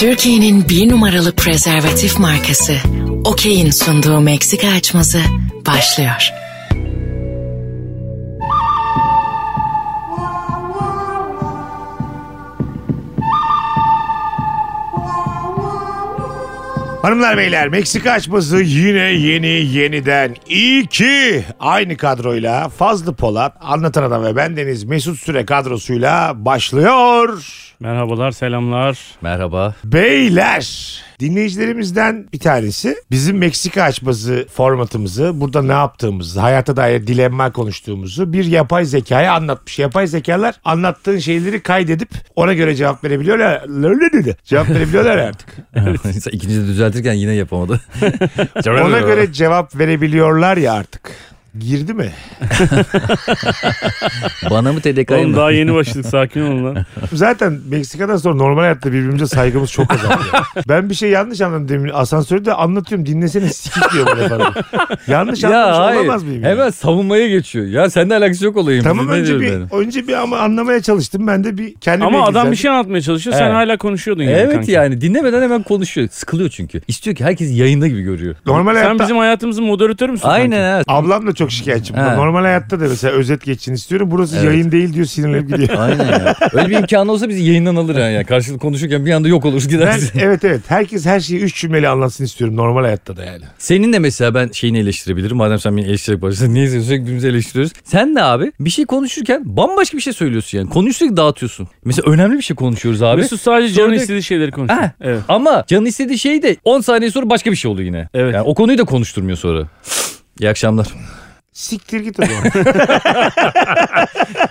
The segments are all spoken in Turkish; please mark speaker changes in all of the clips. Speaker 1: Türkiye'nin bir numaralı prezervatif markası Okey'in sunduğu Meksika açması başlıyor.
Speaker 2: Hanımlar beyler Meksika açması yine yeni yeniden. İyi ki aynı kadroyla Fazlı Polat, Anlatan Adam ve bendeniz Mesut Süre kadrosuyla başlıyor.
Speaker 3: Merhabalar, selamlar.
Speaker 4: Merhaba.
Speaker 2: Beyler dinleyicilerimizden bir tanesi bizim Meksika açması formatımızı burada ne yaptığımızı hayata dair dilemma konuştuğumuzu bir yapay zekaya anlatmış. Yapay zekalar anlattığın şeyleri kaydedip ona göre cevap verebiliyorlar. Cevap verebiliyorlar artık.
Speaker 4: İnsan İkinci de düzeltirken yine yapamadı.
Speaker 2: Ona göre cevap verebiliyorlar ya artık. Girdi mi?
Speaker 4: Bana mı TDK'yı
Speaker 3: Oğlum
Speaker 4: mı?
Speaker 3: daha yeni başladık sakin olun lan.
Speaker 2: Zaten Meksika'dan sonra normal hayatta birbirimize saygımız çok azaldı. ben bir şey yanlış anladım demin asansörde anlatıyorum dinlesene sikik diyor bana falan. Yanlış anlamış şey olamaz mıyım? yani?
Speaker 4: Hemen savunmaya geçiyor. Ya seninle alakası yok olayım.
Speaker 2: Tamam
Speaker 4: Ne
Speaker 2: önce
Speaker 4: diyorum
Speaker 2: bir,
Speaker 4: yani?
Speaker 2: önce bir ama anlamaya çalıştım. Ben de bir kendime
Speaker 3: Ama adam
Speaker 2: güzel-
Speaker 3: bir şey anlatmaya çalışıyor sen
Speaker 4: Evet.
Speaker 3: hala konuşuyordun yani
Speaker 4: Evet
Speaker 3: kanki.
Speaker 4: yani dinlemeden hemen konuşuyor. Sıkılıyor çünkü. İstiyor ki herkes yayında gibi görüyor.
Speaker 2: Normal
Speaker 3: Sen
Speaker 2: hayatta
Speaker 3: bizim hayatımızın moderatörü müsün
Speaker 4: Aynen ha.
Speaker 2: ablam da çok şikayetçi. bundan.
Speaker 4: He.
Speaker 2: Normal hayatta da mesela özet geçin istiyorum. Burası
Speaker 4: Evet.
Speaker 2: yayın değil diyor sinirlenip gidiyor.
Speaker 4: Aynen ya. Öyle bir imkanı olsa bizi yayından alır ha yani. Karşılıklı konuşurken bir anda yok olur
Speaker 2: Ben,
Speaker 4: gidersin.
Speaker 2: evet evet herkes her şeyi üç cümleli anlatsın istiyorum normal hayatta da yani.
Speaker 4: Senin de mesela ben şeyini eleştirebilirim. Madem sen beni eleştirerek başladın. Neyse sürekli birbirimizi eleştiriyoruz. Sen de abi bir şey konuşurken bambaşka bir şey söylüyorsun yani. Konuyu sürekli dağıtıyorsun. Mesela önemli bir şey konuşuyoruz abi. Ah.
Speaker 3: Mesut sadece
Speaker 4: Sonra
Speaker 3: canın
Speaker 4: diyor-
Speaker 3: istediği şeyleri konuşuyor.
Speaker 4: Ha.
Speaker 3: Evet.
Speaker 4: Ama canın istediği şey de 10 saniye sonra başka bir şey oluyor yine.
Speaker 3: Evet.
Speaker 4: Yani o konuyu da konuşturmuyor sonra. İyi akşamlar.
Speaker 2: Siktir git o zaman.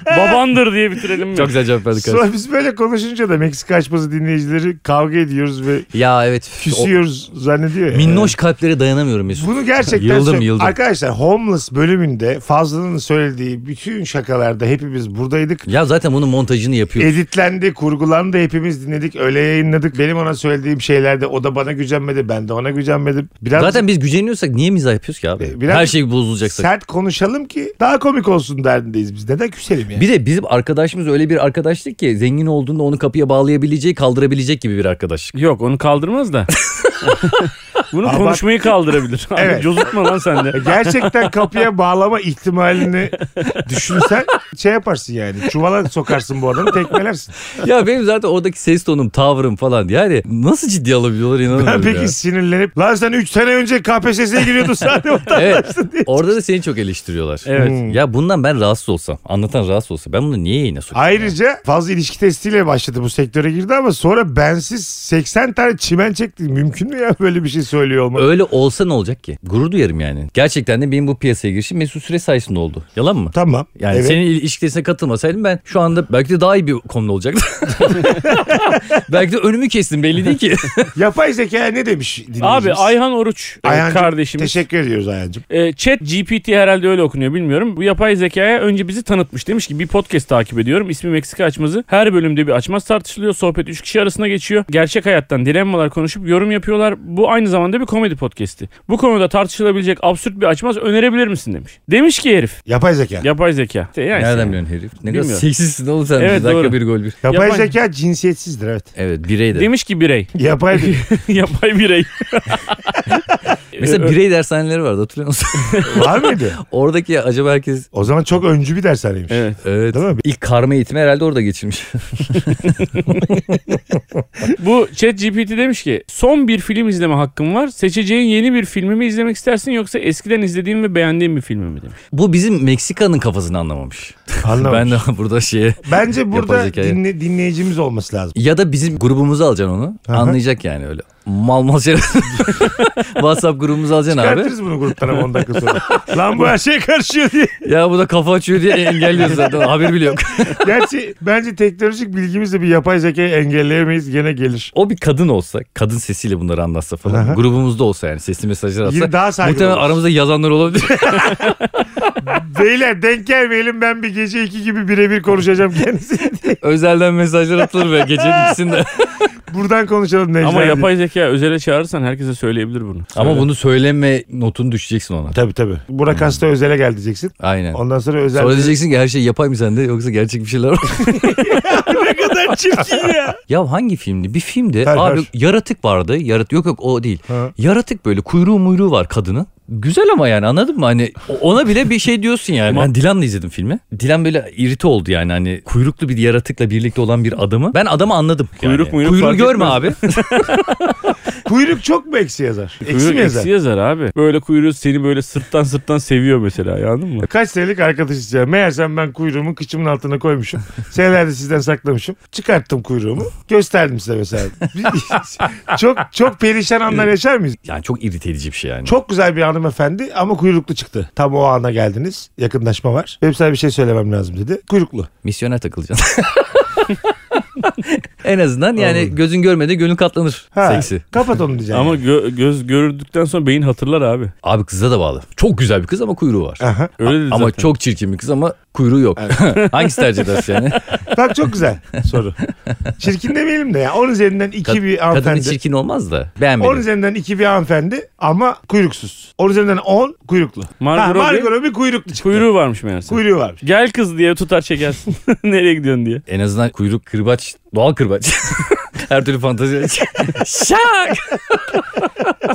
Speaker 3: Babandır diye bitirelim mi?
Speaker 4: Çok güzel cevap verdik.
Speaker 2: Sonra biz böyle konuşunca da Meksika açması dinleyicileri kavga ediyoruz ve
Speaker 4: Ya evet.
Speaker 2: küsüyoruz zannediyor.
Speaker 4: O-
Speaker 2: ya.
Speaker 4: minnoş kalplere dayanamıyorum Mesut.
Speaker 2: Bunu gerçekten
Speaker 4: Yıldım,
Speaker 2: söyle-
Speaker 4: yıldım.
Speaker 2: Arkadaşlar Homeless bölümünde Fazlı'nın söylediği bütün şakalarda hepimiz buradaydık.
Speaker 4: Ya zaten bunun montajını
Speaker 2: E,
Speaker 4: yapıyor.
Speaker 2: Editlendi, kurgulandı hepimiz dinledik. Öyle yayınladık. Benim ona söylediğim şeylerde o da bana gücenmedi. Ben de ona gücenmedim. Biraz
Speaker 4: Zaten biz güceniyorsak niye mizah yapıyoruz ki abi?
Speaker 2: E, biraz-
Speaker 4: Her şey bozulacaksa.
Speaker 2: sert konuşalım ki daha komik olsun derdindeyiz biz. Neden küselim yani?
Speaker 4: Bir de bizim arkadaşımız öyle bir arkadaşlık ki zengin olduğunda onu kapıya bağlayabileceği, kaldırabilecek gibi bir arkadaşlık.
Speaker 3: Yok onu kaldırmaz da. Bunu
Speaker 2: Ama-
Speaker 3: konuşmayı kaldırabilir. Abi
Speaker 2: Evet.
Speaker 3: cozutma lan sen de.
Speaker 2: Gerçekten kapıya bağlama ihtimalini düşünsen şey yaparsın yani. Çuvala sokarsın bu adamı tekmelersin.
Speaker 4: ya benim zaten oradaki ses tonum, tavrım falan yani nasıl ciddi alabiliyorlar
Speaker 2: Ben
Speaker 4: inanamıyorum
Speaker 2: peki
Speaker 4: ya.
Speaker 2: sinirlenip lan sen 3 sene önce KPSS'ye giriyordun sen de
Speaker 4: Evet.
Speaker 2: vatandaşsın diye. şey-
Speaker 4: Orada da seni çok eleştiriyorlar.
Speaker 3: Evet.
Speaker 2: Hmm.
Speaker 4: Ya bundan ben rahatsız olsam, anlatan rahatsız olsa ben bunu niye yayına sokayım?
Speaker 2: Ayrıca fazla ilişki testiyle başladı bu sektöre girdi ama sonra bensiz 80 tane çimen çekti. Mümkün mü ya böyle bir şey söylüyor olmak?
Speaker 4: Öyle olsa ne olacak ki? Gurur duyarım yani. Gerçekten de benim bu piyasaya girişim Mesut Süre sayesinde oldu. Yalan mı?
Speaker 2: Tamam.
Speaker 4: Yani
Speaker 2: evet.
Speaker 4: senin il- ilişkisine katılmasaydım ben şu anda belki de daha iyi bir konuda olacaktı. belki de önümü kestim belli değil ki.
Speaker 2: Yapay zeka ne demiş dinleyicimiz?
Speaker 3: Abi Ayhan Oruç e,
Speaker 2: Ayhancığım,
Speaker 3: kardeşimiz.
Speaker 2: Teşekkür ediyoruz Ayhan'cığım.
Speaker 3: E, chat GPT herhalde öyle okunuyor bilmiyorum. Bu yapay zekaya önce bizi tanıtmış. Demiş ki bir podcast takip ediyorum. İsmi Meksika açmazı. Her bölümde bir açmaz tartışılıyor. Sohbet 3 kişi arasında geçiyor. Gerçek hayattan dilemmalar konuşup yorum yapıyorlar. Bu aynı zamanda bir komedi podcasti. Bu konuda tartışılabilecek absürt bir açmaz önerebilir misin demiş. Demiş ki herif.
Speaker 2: Yapay zeka.
Speaker 3: Yapay zeka. İşte yani şey,
Speaker 4: Nereden
Speaker 3: sen-
Speaker 4: biliyorsun herif? Ne kadar
Speaker 3: Bilmiyorum.
Speaker 4: seksistsin oğlum sen.
Speaker 3: Evet,
Speaker 4: bir dakika
Speaker 3: doğru.
Speaker 4: bir gol bir.
Speaker 2: yapay,
Speaker 3: yapay-
Speaker 2: zeka cinsiyetsizdir evet.
Speaker 4: Evet birey de.
Speaker 3: Demiş ki birey.
Speaker 2: Yapay bir-
Speaker 3: yapay birey.
Speaker 4: Mesela birey dershaneleri vardı hatırlıyor musun?
Speaker 2: var mıydı?
Speaker 4: Oradaki acaba herkes...
Speaker 2: O zaman çok öncü bir dershaneymiş.
Speaker 3: Evet.
Speaker 4: Evet.
Speaker 2: Değil mi?
Speaker 4: İlk karma eğitimi herhalde orada geçirmiş.
Speaker 3: Bu chat GPT demiş ki son bir film izleme hakkım var. Seçeceğin yeni bir filmi mi izlemek istersin yoksa eskiden izlediğin ve beğendiğin bir filmi mi demiş.
Speaker 4: Bu bizim Meksika'nın kafasını anlamamış.
Speaker 2: Anlamamış.
Speaker 4: Ben de burada şeye
Speaker 2: Bence
Speaker 4: Yapay
Speaker 2: burada
Speaker 4: zekayı.
Speaker 2: dinle- dinleyicimiz olması lazım.
Speaker 4: Ya da bizim grubumuza alacaksın onu.
Speaker 2: Aha.
Speaker 4: Anlayacak yani öyle. Mal mal şey. WhatsApp grubumuza alacaksın abi.
Speaker 2: Çıkartırız bunu gruptan ama 10 dakika sonra. Lan bu her şeye karışıyor diye.
Speaker 4: Ya bu da kafa açıyor diye engelliyoruz zaten. Haber bile yok.
Speaker 2: Gerçi bence teknolojik bilgimizle bir yapay zekayı engelleyemeyiz gene gelir.
Speaker 4: O bir kadın olsa, kadın sesiyle bunları anlatsa falan.
Speaker 2: Aha.
Speaker 4: Grubumuzda olsa yani sesli mesajlar
Speaker 2: Yine
Speaker 4: atsa.
Speaker 2: daha saygılı
Speaker 4: Muhtemelen
Speaker 2: oluruz.
Speaker 4: aramızda yazanlar olabilir.
Speaker 2: Beyler denk gelmeyelim ben bir gece iki gibi birebir konuşacağım kendisi.
Speaker 4: Özelden mesajlar atılır ve gecenin ikisinde.
Speaker 2: Buradan konuşalım Necla.
Speaker 3: Ama
Speaker 2: diye.
Speaker 3: yapay zeka özele çağırırsan herkese söyleyebilir bunu.
Speaker 4: Ama bunu söyleme notunu düşeceksin ona.
Speaker 2: Tabii tabii. Burak hasta özele gel diyeceksin.
Speaker 4: Aynen.
Speaker 2: Ondan sonra özel...
Speaker 4: Sonra diyeceksin ki her şey yapay mı sende yoksa gerçek bir şeyler var mı?
Speaker 2: ne kadar çirkin ya.
Speaker 4: ya hangi filmdi? Bir filmde
Speaker 2: Her-
Speaker 4: abi
Speaker 2: her.
Speaker 4: yaratık vardı. Yarat yok yok o değil.
Speaker 2: Ha.
Speaker 4: Yaratık böyle kuyruğu muyruğu var kadının. Güzel ama yani anladın mı? Hani o- ona bile bir şey diyorsun yani. Ben Dilan'la izledim filmi. Dilan böyle irite oldu yani hani kuyruklu bir yaratıkla birlikte olan bir adamı. Ben adamı anladım.
Speaker 3: Kuyruk
Speaker 4: yani.
Speaker 3: muyruk
Speaker 4: Kuyruğu
Speaker 3: fark
Speaker 4: görme
Speaker 3: etmez.
Speaker 4: abi.
Speaker 2: Kuyruk çok mu eksi yazar? Eksi
Speaker 3: Kuyruk
Speaker 2: mi yazar?
Speaker 3: eksi yazar abi. Böyle kuyruğu seni böyle sırttan sırttan seviyor mesela ya, anladın mı?
Speaker 2: Kaç senelik arkadaş isteyeceğim. Meğersem ben kuyruğumu kıçımın altına koymuşum. Senelerde sizden saklamışım. Çıkarttım kuyruğumu. Gösterdim size mesela. çok çok perişan anlar yaşar mıyız?
Speaker 4: Yani çok irite edici bir şey yani.
Speaker 2: Çok güzel bir hanımefendi ama kuyruklu çıktı. Tam o ana geldiniz. Yakınlaşma var. Benim sana bir şey söylemem lazım dedi. Kuyruklu.
Speaker 4: Misyona takılacaksın. en azından yani gözün görmedi gönül katlanır
Speaker 2: Ha,
Speaker 4: seksi.
Speaker 2: Kapat onu diyeceğim.
Speaker 3: Ama gö- göz görürdükten sonra beyin hatırlar abi.
Speaker 4: Abi kıza da bağlı. Çok güzel bir kız ama kuyruğu var.
Speaker 2: Aha.
Speaker 3: Öyle dedi
Speaker 4: ama
Speaker 3: zaten.
Speaker 4: çok çirkin bir kız ama kuyruğu yok. Hangisi tercih edersin yani?
Speaker 2: Bak çok güzel soru. Çirkin demeyelim de ya. Onun üzerinden iki
Speaker 4: Kad-
Speaker 2: bir
Speaker 4: Kadın
Speaker 2: hanımefendi.
Speaker 4: çirkin olmaz da.
Speaker 2: 10
Speaker 4: Beğenmedim.
Speaker 2: üzerinden 2 bir hanımefendi ama kuyruksuz. 10 üzerinden 10 kuyruklu.
Speaker 3: Margot
Speaker 2: ha,
Speaker 3: Robbie-
Speaker 2: Margot Robbie kuyruklu çıktı.
Speaker 3: Kuyruğu varmış meğerse.
Speaker 2: Kuyruğu var.
Speaker 3: Gel kız diye tutar çekersin. Nereye gidiyorsun diye.
Speaker 4: En azından kuyruk kırbaç, doğal kırbaç. Her türlü fantezi. Şak!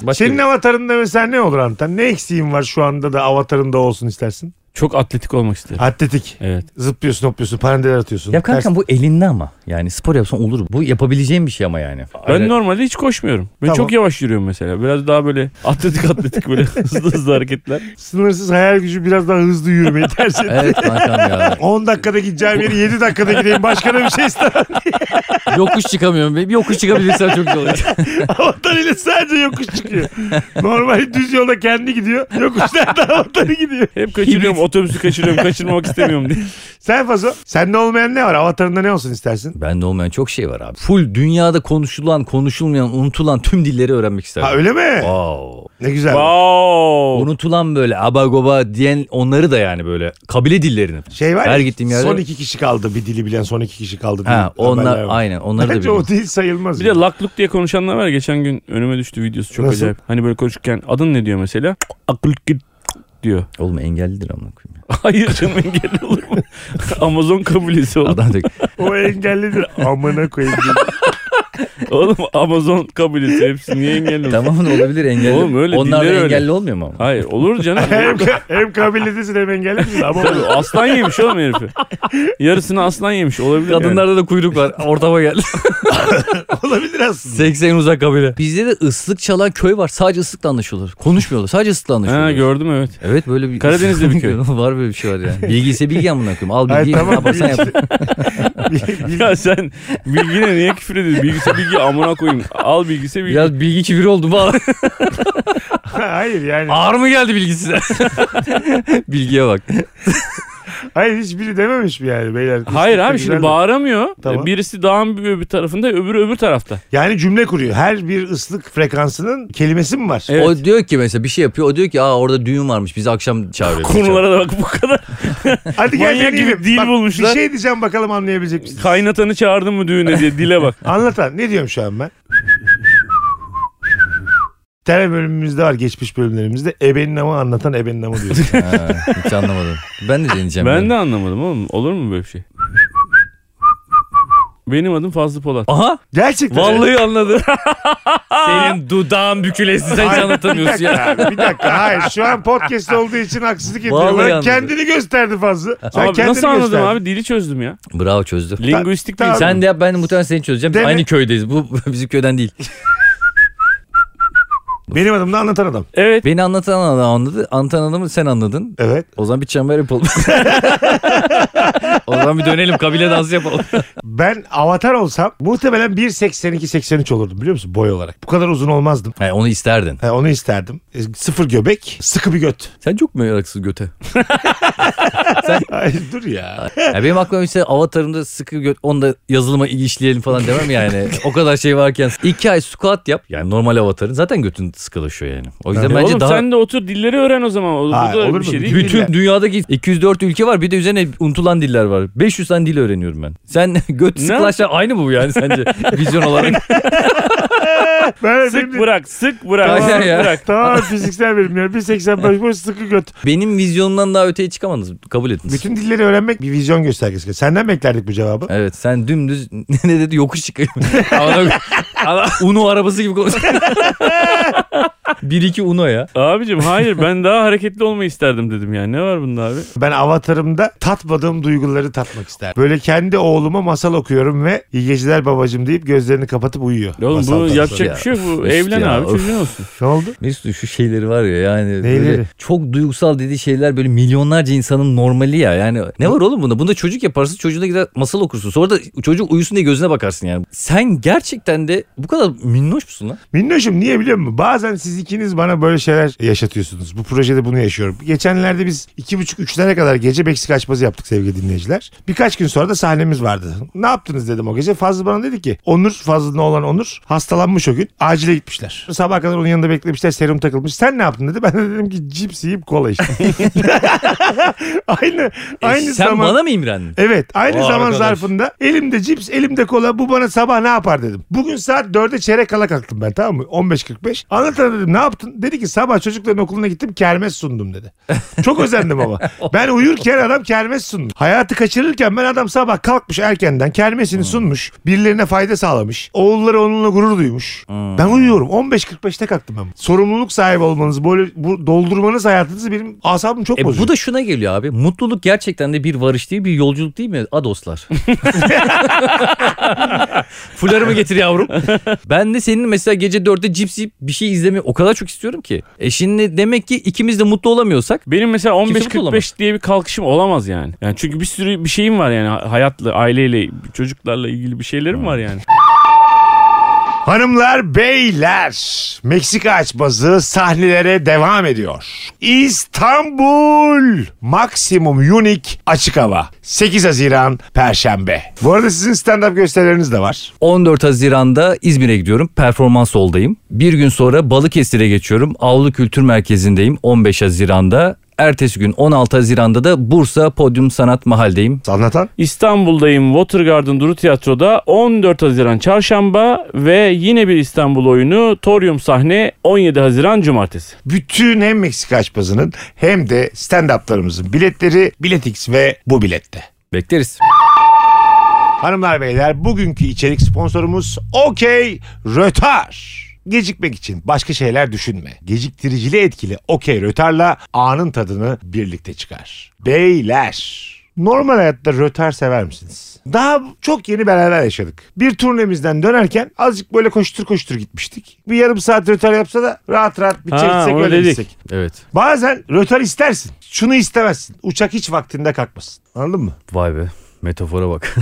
Speaker 4: Başka
Speaker 2: Senin
Speaker 4: bir-
Speaker 2: avatarında mesela ne olur Antan? Ne eksiğin var şu anda da avatarında olsun istersin?
Speaker 3: Çok atletik olmak isterim.
Speaker 2: Atletik.
Speaker 3: Evet.
Speaker 2: Zıplıyorsun hopluyorsun pandeler atıyorsun.
Speaker 4: Ya kankam
Speaker 2: Ters-
Speaker 4: bu elinde ama. Yani spor yapsan olur. Bu yapabileceğim bir şey ama yani.
Speaker 3: Ben
Speaker 4: Aynen.
Speaker 3: normalde hiç koşmuyorum. Ben
Speaker 2: Tamam.
Speaker 3: çok yavaş yürüyorum mesela. Biraz daha böyle atletik atletik böyle hızlı hızlı hareketler.
Speaker 2: Sınırsız hayal gücü biraz daha hızlı yürümeyi tercih et.
Speaker 4: Evet kankam ya.
Speaker 2: 10 dakikada gideceğim yeri 7 dakikada gideyim. Başka da bir şey istemem.
Speaker 4: Yokuş çıkamıyorum. Bir yokuş çıkabilirsem çok güzel olacak.
Speaker 2: Avatar ile sadece yokuş çıkıyor. Normal düz yolda kendi gidiyor. Yokuşlarda avatarı gidiyor.
Speaker 3: Hep kaçırıyorum otobüsü kaçırıyorum kaçırmamak istemiyorum diye.
Speaker 2: Sen Fazo, sende olmayan ne var? Avatarında ne olsun istersin?
Speaker 4: Bende olmayan çok şey var abi. Full dünyada konuşulan, konuşulmayan, unutulan tüm dilleri öğrenmek isterim.
Speaker 2: Ha öyle mi?
Speaker 4: Wow.
Speaker 2: Ne güzel.
Speaker 3: Wow.
Speaker 4: Unutulan böyle abagoba diyen onları da yani böyle kabile dillerini.
Speaker 2: Şey var ya,
Speaker 4: Her gittiğim yerde-
Speaker 2: son iki kişi kaldı bir dili bilen son iki kişi kaldı. diye
Speaker 4: Ha onlar
Speaker 2: haberler var.
Speaker 4: aynen onları da
Speaker 2: Bence
Speaker 4: biliyorum.
Speaker 2: o değil sayılmaz.
Speaker 3: Bir de lakluk diye konuşanlar var. ya, Geçen gün önüme düştü videosu çok
Speaker 2: Nasıl?
Speaker 3: acayip. Hani böyle konuşurken adın ne diyor mesela? Aklık git diyor.
Speaker 4: Oğlum engellidir amına koyayım.
Speaker 3: Hayır canım engelli olur mu? Amazon kabilesi
Speaker 4: ya.
Speaker 3: oğlum.
Speaker 4: Adam diyor ki,
Speaker 2: o engellidir. Amına koyayım.
Speaker 3: Oğlum Amazon kabilesi hepsi niye engelli olur?
Speaker 4: tamam olabilir engelli.
Speaker 3: Oğlum öyle,
Speaker 4: onlar da
Speaker 3: dilleri öyle.
Speaker 4: engelli olmuyor mu ama?
Speaker 3: Hayır olur canım.
Speaker 2: hem, ka- hem kabiledesin hem engellisin. Ama
Speaker 3: Tabii, aslan yemiş oğlum herifi. Yarısını aslan yemiş olabilir. yani.
Speaker 4: Kadınlarda da kuyruk var. Ortama geldi.
Speaker 2: olabilir aslında.
Speaker 4: 80 uzak kabile. Bizde de ıslık çalan köy var. Sadece ıslıkla anlaşıyorlar. Konuşmuyorlar. Sadece ıslıkla anlaşıyorlar.
Speaker 3: Ha gördüm evet.
Speaker 4: Evet böyle bir...
Speaker 3: Karadeniz'de bir köy.
Speaker 4: var böyle bir şey var yani. Bilgi ise bilgi amına koyayım. Al
Speaker 2: Hayır
Speaker 4: bilgiyi.
Speaker 2: tamam.
Speaker 4: Bak sen yap.
Speaker 2: Bil- bil-
Speaker 3: Ya sen bilgine niye küfür ediyorsun? Bilgisi bilgi amına koyayım. Al bilgisi bilgi.
Speaker 4: Biraz bilgi kibiri oldu bu.
Speaker 2: hayır yani.
Speaker 4: Ağır mı geldi bilgi size? Bilgiye bak.
Speaker 2: Hayır hiçbiri dememiş mi yani beyler? Üstelik
Speaker 3: Hayır
Speaker 2: de
Speaker 3: abi şimdi
Speaker 2: güzel de.
Speaker 3: bağıramıyor.
Speaker 2: Tamam.
Speaker 3: Birisi dağın bir öbür tarafında öbürü öbür tarafta.
Speaker 2: Yani cümle kuruyor. Her bir ıslık frekansının kelimesi mi var?
Speaker 3: Evet.
Speaker 4: O diyor ki mesela bir şey yapıyor. O diyor ki aa orada düğün varmış. Bizi akşam çağırıyor.
Speaker 3: Konulara da bak bu kadar.
Speaker 2: Hadi gel
Speaker 3: Manyak gibi
Speaker 2: deneyelim.
Speaker 3: dil
Speaker 2: Bak,
Speaker 3: bulmuşlar.
Speaker 2: Bir şey diyeceğim bakalım anlayabilecek misin?
Speaker 3: Kaynatanı çağırdın mı düğüne diye dile bak.
Speaker 2: Anlatan ne diyorum şu an ben? Bir tane bölümümüzde var geçmiş bölümlerimizde ebenin ama anlatan ebenin ama diyor.
Speaker 4: Ha, hiç anlamadım. Ben de deneyeceğim.
Speaker 3: Ben
Speaker 4: yani.
Speaker 3: de anlamadım oğlum. Olur mu böyle bir şey? Benim adım Fazlı Polat.
Speaker 4: Aha
Speaker 2: Gerçekten.
Speaker 4: vallahi anladım. Senin dudağın bükülesi sen hiç anlatamıyorsun ya.
Speaker 2: Abi, bir dakika hayır şu an podcast olduğu için haksızlık
Speaker 4: Vallahi
Speaker 2: ediyorum. Ben
Speaker 4: anladım.
Speaker 2: Kendini gösterdi fazla. Sen
Speaker 3: Ama
Speaker 2: kendini
Speaker 3: nasıl anladım
Speaker 2: gösterdin.
Speaker 3: abi? Dili çözdüm ya.
Speaker 4: Bravo çözdü.
Speaker 3: Linguistik
Speaker 2: Ta-
Speaker 3: bir
Speaker 2: ta-
Speaker 3: insan.
Speaker 4: Sen de yap ben muhtemelen seni çözeceğim. Biz
Speaker 2: Değil mi?
Speaker 4: Aynı köydeyiz. Bu bizim köyden değil.
Speaker 2: Benim adım da anlatan adam.
Speaker 3: Evet.
Speaker 4: Beni anlatan adam anladı. Anlatan adamı sen anladın.
Speaker 2: Evet.
Speaker 4: O zaman bir çember yapalım. o zaman bir dönelim kabile dansı yapalım.
Speaker 2: Ben avatar olsam muhtemelen 1.82-83 olurdum biliyor musun boy olarak. Bu kadar uzun olmazdım.
Speaker 4: He, onu isterdin.
Speaker 2: Ha, onu isterdim. E, Sıfır göbek, sıkı bir göt.
Speaker 4: Sen çok mu meraksız göte?
Speaker 2: Hayır dur ya.
Speaker 4: Ya benim aklıma işte avatarımda sıkı gö- onu da yazılıma iyi işleyelim falan demem yani. o kadar şey varken iki ay squat yap. Yani normal avatarın zaten götün sıkılaşıyor yani. O yüzden
Speaker 2: Evet.
Speaker 4: bence
Speaker 3: Oğlum
Speaker 4: daha...
Speaker 3: sen de otur dilleri öğren o zaman. O, bu
Speaker 2: Hayır,
Speaker 3: da
Speaker 2: olur
Speaker 3: bir
Speaker 2: mu?
Speaker 3: şey değil.
Speaker 2: Bütün-
Speaker 4: Bütün dünyadaki 204 ülke var bir de üzerine unutulan diller var. 500 tane dil öğreniyorum ben. Sen göt
Speaker 3: Ne?
Speaker 4: sıkılaşan aynı mı bu yani sence vizyon olarak?
Speaker 2: Ben
Speaker 3: Sık
Speaker 2: benim-
Speaker 3: bırak, sık bırak,
Speaker 4: Aynen
Speaker 3: sık
Speaker 4: ya.
Speaker 3: bırak.
Speaker 2: Tamam fiziksel bilmiyor. 1.85 boy sıkı göt.
Speaker 4: Benim vizyonumdan daha öteye çıkamadınız kabul ettiniz.
Speaker 2: Bütün dilleri öğrenmek bir vizyon göstergesi. Senden beklerdik bu cevabı.
Speaker 4: Evet sen dümdüz ne dedi yokuş çıkıyor. Havada- Ama Uno arabası gibi konuşuyor. Bir iki Uno ya.
Speaker 3: Abicim hayır ben daha hareketli olmayı isterdim dedim yani. Ne var bunda abi?
Speaker 2: Ben avatarımda tatmadığım duyguları tatmak isterdim. Böyle kendi oğluma masal okuyorum ve iyi geceler babacım deyip gözlerini kapatıp uyuyor.
Speaker 3: Ya Oğlum
Speaker 2: Masal
Speaker 3: bu
Speaker 2: tarzı.
Speaker 3: yapacak
Speaker 4: Ya,
Speaker 3: bir şey yok. Bu
Speaker 4: üst
Speaker 3: evlen
Speaker 4: ya,
Speaker 3: abi
Speaker 4: of.
Speaker 3: çocuğun olsun.
Speaker 2: Ne oldu?
Speaker 4: Mesut'un şu şeyleri var ya yani
Speaker 2: Neyleri?
Speaker 4: böyle çok duygusal dediği şeyler böyle milyonlarca insanın normali ya. Yani ne var oğlum bunda? Bunda çocuk yaparsın çocuğuna gider masal okursun. Sonra da çocuk uyusun diye gözüne bakarsın yani. Sen gerçekten de bu kadar minnoş musun lan?
Speaker 2: Minnoşum niye biliyor musun? Bazen siz ikiniz bana böyle şeyler yaşatıyorsunuz. Bu projede bunu yaşıyorum. Geçenlerde biz 2.30-3'lere kadar gece Meksika açması yaptık sevgili dinleyiciler. Birkaç gün sonra da sahnemiz vardı. Ne yaptınız dedim o gece. Fazlı bana dedi ki Onur, Fazlı ne olan Onur hastalanmış o gün. Acile gitmişler. Sabah kadar onun yanında beklemişler. Serum takılmış. Sen ne yaptın dedi. Ben de dedim ki cips yiyip kola içtim. aynı, aynı
Speaker 4: E, Sen
Speaker 2: zaman...
Speaker 4: bana mı imrendin?
Speaker 2: Evet aynı
Speaker 4: Vay
Speaker 2: zaman
Speaker 4: arkadaş.
Speaker 2: zarfında elimde cips elimde kola bu bana sabah ne yapar dedim. Bugün saat 4'e çeyrek kala kalktım ben tamam mı 15.45. Anlatan dedim ne yaptın? Dedi ki sabah çocukların okuluna gittim kermes sundum dedi. Çok özendim ama. Ben uyurken adam kermes sunmuş. Hayatı kaçırırken ben adam sabah kalkmış erkenden kermesini sunmuş. Birilerine fayda sağlamış. Oğulları onunla gurur duymuş. Ben uyuyorum 15.45'te kalktım ben. Sorumluluk sahibi olmanız böyle bu doldurmanız hayatınızı benim asabım çok
Speaker 4: E
Speaker 2: bozuyor.
Speaker 4: bu da şuna geliyor abi. Mutluluk gerçekten de bir varış değil, bir yolculuk değil mi? Adoslar. Fularımı getir yavrum. Ben de senin mesela gece dörtte cips yiyip bir şey izlemeyi o kadar çok istiyorum ki. E şimdi demek ki ikimiz de mutlu olamıyorsak
Speaker 3: Benim mesela
Speaker 4: mutlu olamaz.
Speaker 3: 15-45 diye bir kalkışım olamaz yani. yani. Çünkü bir sürü bir şeyim var yani. Hayatla, aileyle, çocuklarla ilgili bir şeylerim var yani.
Speaker 2: Hanımlar, beyler, Meksika açmazı sahnelere devam ediyor. İstanbul Maximum Unique Açık Hava 8 Haziran Perşembe. Bu arada sizin stand-up gösterileriniz de var.
Speaker 4: 14 Haziran'da İzmir'e gidiyorum. Performans oldayım. Bir gün sonra Balıkesir'e geçiyorum. Avlu Kültür Merkezi'ndeyim 15 Haziran'da. Ertesi gün 16 Haziran'da da Bursa Podyum Sanat Mahal'deyim.
Speaker 2: Anlatan.
Speaker 3: İstanbul'dayım Watergarden Duru Tiyatro'da 14 Haziran Çarşamba ve yine bir İstanbul oyunu Torium sahne 17 Haziran Cumartesi.
Speaker 2: Bütün hem Meksika açmazının hem de stand-up'larımızın biletleri Biletix ve bu bilette.
Speaker 4: Bekleriz.
Speaker 2: Hanımlar beyler bugünkü içerik sponsorumuz Okey Rötar. Gecikmek için başka şeyler düşünme. Geciktiricili etkili Okey Rötar'la anın tadını birlikte çıkar. Beyler Normal hayatta rötar sever misiniz? Daha çok yeni beraber yaşadık. Bir turnemizden dönerken azıcık böyle koştur koştur gitmiştik. Bir yarım saat rötar yapsa da rahat rahat bir
Speaker 3: Ha,
Speaker 2: çeksek
Speaker 3: onu
Speaker 2: öyle
Speaker 3: dedik.
Speaker 2: gitsek.
Speaker 4: Evet.
Speaker 2: Bazen rötar istersin. Şunu istemezsin. Uçak hiç vaktinde kalkmasın. Anladın mı?
Speaker 4: Vay be. Metafora bak.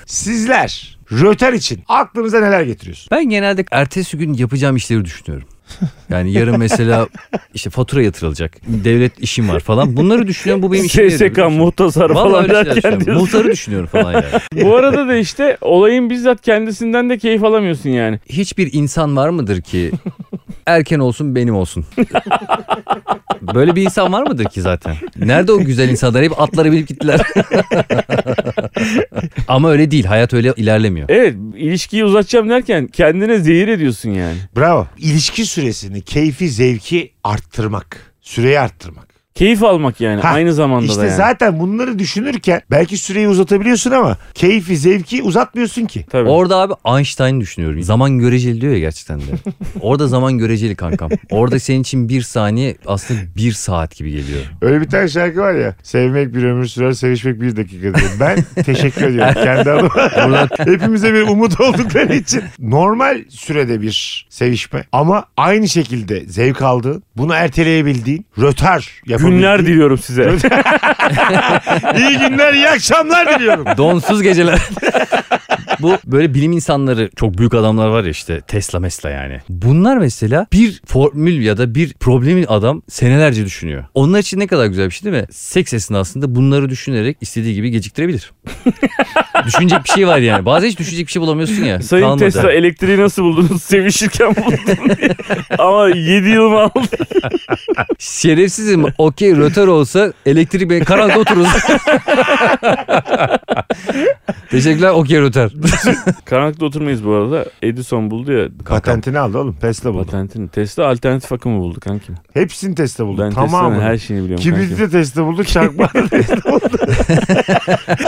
Speaker 2: Sizler röter için aklınıza neler getiriyorsun?
Speaker 4: Ben genelde ertesi gün yapacağım işleri düşünüyorum. Yani yarın mesela işte fatura yatırılacak. Devlet işim var falan. Bunları düşünüyorum. Bu benim işim.
Speaker 3: SSK muhtasar
Speaker 4: Vallahi
Speaker 3: falan
Speaker 4: öyle
Speaker 3: derken
Speaker 4: şeyler düşünüyorum.
Speaker 3: diyorsun.
Speaker 4: Muhtarı düşünüyorum falan yani.
Speaker 3: Bu arada da işte olayın bizzat kendisinden de keyif alamıyorsun yani.
Speaker 4: hiçbir insan var mıdır ki erken olsun benim olsun? Böyle bir insan var mıdır ki zaten? Nerede o güzel insanlar? Hep atlara binip gittiler. Ama öyle değil. Hayat öyle ilerlemiyor.
Speaker 3: Evet ilişkiyi uzatacağım derken kendine zehir ediyorsun yani.
Speaker 2: Bravo. İlişki süresini, keyfi, zevki arttırmak. Süreyi arttırmak.
Speaker 3: Keyif almak yani
Speaker 2: Ha,
Speaker 3: aynı zamanda
Speaker 2: İşte
Speaker 3: da yani.
Speaker 2: zaten bunları düşünürken belki süreyi uzatabiliyorsun ama keyfi, zevki uzatmıyorsun ki.
Speaker 3: Tabii.
Speaker 4: Orada abi Einstein düşünüyorum. Zaman göreceli diyor ya gerçekten de. Orada zaman göreceli kankam. Orada senin için bir saniye aslında bir saat gibi geliyor.
Speaker 2: Öyle bir tane şarkı var ya. Sevmek bir ömür sürer, sevişmek bir dakika diyor. Ben teşekkür ediyorum kendi adıma. Hepimize bir umut oldukları için. Normal sürede bir sevişme ama aynı şekilde zevk aldığın, bunu erteleyebildiğin, rötar yapabildiğin.
Speaker 3: Günler diliyorum size.
Speaker 2: İyi günler, iyi akşamlar diliyorum.
Speaker 4: Donsuz geceler. Bu böyle bilim insanları çok büyük adamlar var ya işte Tesla mesela yani. Bunlar mesela bir formül ya da bir problemi adam senelerce düşünüyor. Onlar için ne kadar güzel bir şey değil mi? Seks esnasında bunları düşünerek istediği gibi geciktirebilir. Düşünecek bir şey var yani. Bazen hiç düşünecek bir şey bulamıyorsun ya.
Speaker 3: Sayın
Speaker 4: Kalmadı.
Speaker 3: Tesla elektriği nasıl buldunuz? Sevişirken buldum. Ama 7 yıl mı aldı?
Speaker 4: Şerefsizim. Okey rötar olsa elektrik beni karanlıkta otururuz. Teşekkürler okey rötar.
Speaker 3: Karanlıkta oturmayız bu arada. Edison buldu ya.
Speaker 2: Patentini aldı oğlum. Tesla buldu.
Speaker 3: Patentini. Tesla alternatif akımı buldu kankim.
Speaker 2: Hepsini Tesla buldu.
Speaker 3: Ben
Speaker 2: Tamamını.
Speaker 3: Tesla'nın her şeyini biliyorum
Speaker 2: Kibriti
Speaker 3: kankim.
Speaker 2: de Tesla buldu. Çakma da Tesla buldu.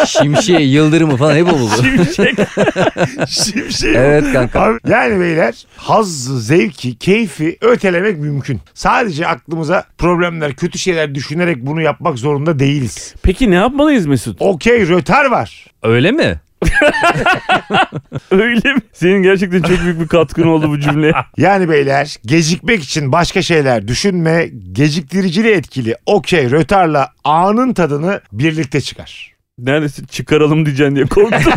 Speaker 4: Şimşeği, yıldırımı falan hep o buldu.
Speaker 3: Şimşek.
Speaker 2: Şimşek.
Speaker 4: Evet kanka.
Speaker 2: Abi, yani beyler hazzı, zevki, keyfi ötelemek mümkün. Sadece aklımıza problemler, kötü şeyler düşünerek bunu yapmak zorunda değiliz.
Speaker 3: Peki ne yapmalıyız Mesut?
Speaker 2: Okey rötar var.
Speaker 4: Öyle mi?
Speaker 3: Öyle mi? Senin gerçekten çok büyük bir katkın oldu bu cümleye.
Speaker 2: Yani beyler gecikmek için başka şeyler düşünme, geciktiricili etkili okey rötarla anın tadını birlikte çıkar.
Speaker 3: Neredeyse çıkaralım diyeceksin diye korktum.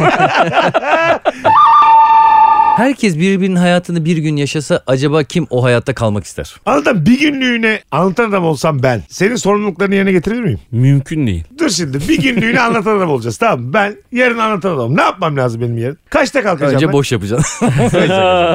Speaker 4: Herkes birbirinin hayatını bir gün yaşasa acaba kim o hayatta kalmak ister?
Speaker 2: Anlatan bir günlüğüne anlatan adam olsam ben senin sorumluluklarını yerine getirir miyim?
Speaker 3: Mümkün değil.
Speaker 2: Dur şimdi bir günlüğüne anlatan adam olacağız tamam mı? Ben yarın anlatan adam. Ne yapmam lazım benim yarın? Kaçta kalkacağım
Speaker 4: Önce
Speaker 2: ben?
Speaker 4: boş yapacaksın.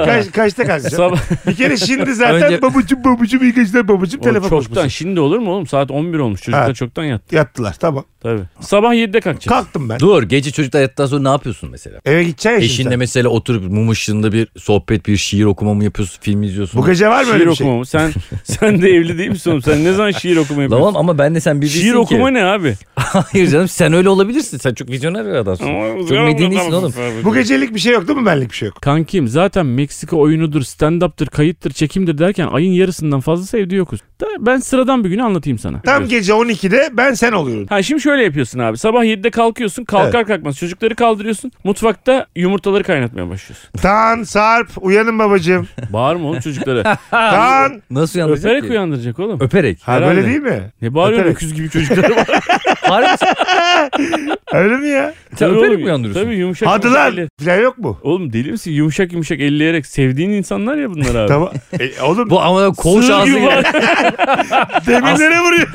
Speaker 2: Kaç, kaçta kalkacağım?
Speaker 3: Sabah.
Speaker 2: bir kere şimdi zaten
Speaker 4: Önce-
Speaker 2: babacım babacım iyi geceler babacım
Speaker 3: Oğlum
Speaker 2: telefon
Speaker 3: çoktan
Speaker 2: konuşması.
Speaker 3: şimdi olur mu oğlum? Saat 11 olmuş. Çocuklar
Speaker 2: Ha.
Speaker 3: çoktan yattı.
Speaker 2: Yattılar tamam.
Speaker 3: Tabii. Sabah 7'de kalkacağız.
Speaker 2: Kalktım ben.
Speaker 4: Dur gece çocukla yattıktan sonra ne yapıyorsun mesela?
Speaker 2: Eve gideceğim ya şimdi.
Speaker 4: Eşinle mesela oturup mum ışığında bir sohbet, bir şiir okuma mı yapıyorsun, film izliyorsun?
Speaker 2: Bu gece var mı
Speaker 3: şiir
Speaker 2: öyle bir şey?
Speaker 3: okumamı. Sen sen de evli değil misin oğlum? Sen ne zaman şiir okuma yapıyorsun?
Speaker 4: Tamam ama ben de sen bir
Speaker 3: şiir okuma ne abi?
Speaker 4: Hayır canım sen öyle olabilirsin. Sen çok vizyoner bir adamsın. çok medenisin oğlum.
Speaker 2: Bu gecelik bir şey yok değil mi benlik bir şey yok?
Speaker 3: Kankim zaten Meksika oyunudur, stand-up'tır, kayıttır, çekimdir derken ayın yarısından fazlası evde yokuz. Da ben sıradan bir günü anlatayım sana.
Speaker 2: Tam gece 12'de ben sen oluyorum.
Speaker 3: Ha şimdi şöyle yapıyorsun abi. Sabah 7'de kalkıyorsun. Kalkar kalkmaz çocukları kaldırıyorsun. Mutfakta yumurtaları kaynatmaya başlıyorsun.
Speaker 2: Tan, Sarp uyanın babacım.
Speaker 3: Bağırma oğlum çocuklara.
Speaker 2: Tan.
Speaker 4: Nasıl uyandıracak
Speaker 3: Öperek
Speaker 4: ki?
Speaker 3: uyandıracak oğlum.
Speaker 4: Öperek.
Speaker 2: Ha
Speaker 3: Herhalde.
Speaker 2: böyle değil mi?
Speaker 3: ne bağırıyorsun
Speaker 2: Öperek.
Speaker 3: öküz gibi çocuklara?
Speaker 4: Harbi
Speaker 2: Öyle mi ya?
Speaker 4: sen
Speaker 3: Tabii
Speaker 4: öperek
Speaker 3: oğlum,
Speaker 4: mi uyandırıyorsun?
Speaker 3: Tabii yumuşak.
Speaker 2: Hadi
Speaker 3: yumuşak
Speaker 2: lan.
Speaker 3: elle-
Speaker 2: Falan yok mu?
Speaker 3: Oğlum deli misin? Yumuşak yumuşak elleyerek sevdiğin insanlar ya bunlar abi.
Speaker 2: Tamam. E, oğlum
Speaker 4: Bu ama koğuş
Speaker 3: Sığır
Speaker 4: ağzı
Speaker 3: gibi
Speaker 4: gibi.
Speaker 3: var.
Speaker 2: demirlere vuruyor.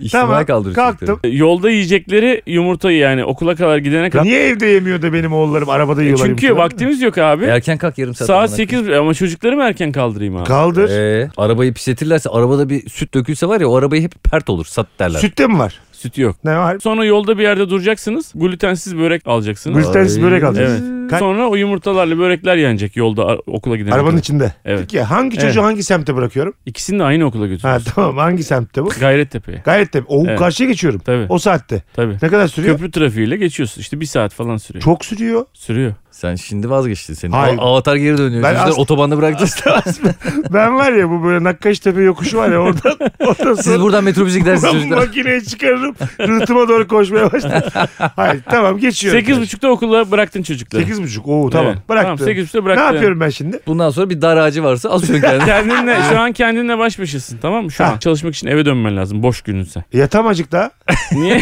Speaker 4: İçtimai
Speaker 2: tamam
Speaker 4: kaldıracak.
Speaker 2: kalktım.
Speaker 3: E, Yolda yiyecekleri yumurtayı yani okula kadar gidene kadar.
Speaker 2: Niye evde yemiyor da benim oğullarım arabada yiyorlar?
Speaker 3: E, Çünkü
Speaker 2: yumurtaları?
Speaker 3: vaktimiz yok abi.
Speaker 4: Erken kalk yarım saat.
Speaker 3: Saat
Speaker 4: amına
Speaker 3: 8 ama çocukları mı erken kaldırayım abi?
Speaker 2: Kaldır.
Speaker 4: Ee, arabayı pisletirlerse arabada bir süt dökülse var ya o arabayı hep pert olur sat derler.
Speaker 2: Sütte mi var?
Speaker 3: Süt yok.
Speaker 2: Ne var?
Speaker 3: Sonra yolda bir yerde duracaksınız. Glutensiz börek alacaksınız.
Speaker 2: Glutensiz
Speaker 4: Ay.
Speaker 2: börek alacağız.
Speaker 3: Evet.
Speaker 2: Ka-
Speaker 3: Sonra o yumurtalarla börekler yenecek yolda ar- okula gidene
Speaker 2: Arabanın
Speaker 3: kadar.
Speaker 2: içinde.
Speaker 3: Evet.
Speaker 2: Peki hangi çocuğu
Speaker 3: Evet.
Speaker 2: hangi semte bırakıyorum?
Speaker 3: İkisini de aynı okula
Speaker 2: Ha
Speaker 3: götürüyoruz.
Speaker 2: tamam hangi semtte bu?
Speaker 3: Gayrettepe'ye.
Speaker 2: Gayet de. O
Speaker 3: Evet.
Speaker 2: karşıya geçiyorum.
Speaker 3: Tabii.
Speaker 2: O saatte.
Speaker 3: Tabii.
Speaker 2: Ne kadar sürüyor?
Speaker 3: Köprü trafiğiyle geçiyorsun. İşte bir saat falan sürüyor.
Speaker 2: Çok sürüyor.
Speaker 3: Sürüyor.
Speaker 4: Sen şimdi vazgeçtin seni.
Speaker 2: Hayır.
Speaker 4: A- Avatar geri dönüyor.
Speaker 2: Ben
Speaker 4: Çocuklar
Speaker 2: as-
Speaker 4: otobanda bıraktın.
Speaker 2: ben var ya bu böyle Nakkaştepe yokuşu var ya oradan, oradan
Speaker 4: Siz
Speaker 2: sonra
Speaker 4: buradan metrobüse gidersiniz
Speaker 2: ben
Speaker 4: çocuklar.
Speaker 2: makineyi çıkarırım rıhtıma doğru koşmaya başlarım. Hayır tamam geçiyorum.
Speaker 3: Sekiz buçukta okula bıraktın çocukları.
Speaker 2: Sekiz buçuk. Oo tamam.
Speaker 3: Evet.
Speaker 2: Bıraktım.
Speaker 3: Tamam, sekiz buçukta
Speaker 2: ne
Speaker 3: bıraktın.
Speaker 2: yapıyorum ben şimdi?
Speaker 4: Bundan sonra bir dar ağacı varsa asıyorsun kendini.
Speaker 3: Kendinle, şu an kendinle baş başasın tamam mı? Şu
Speaker 2: Ha.
Speaker 3: an çalışmak için eve dönmen lazım boş gününse.
Speaker 2: Yatamacık da.
Speaker 3: Niye?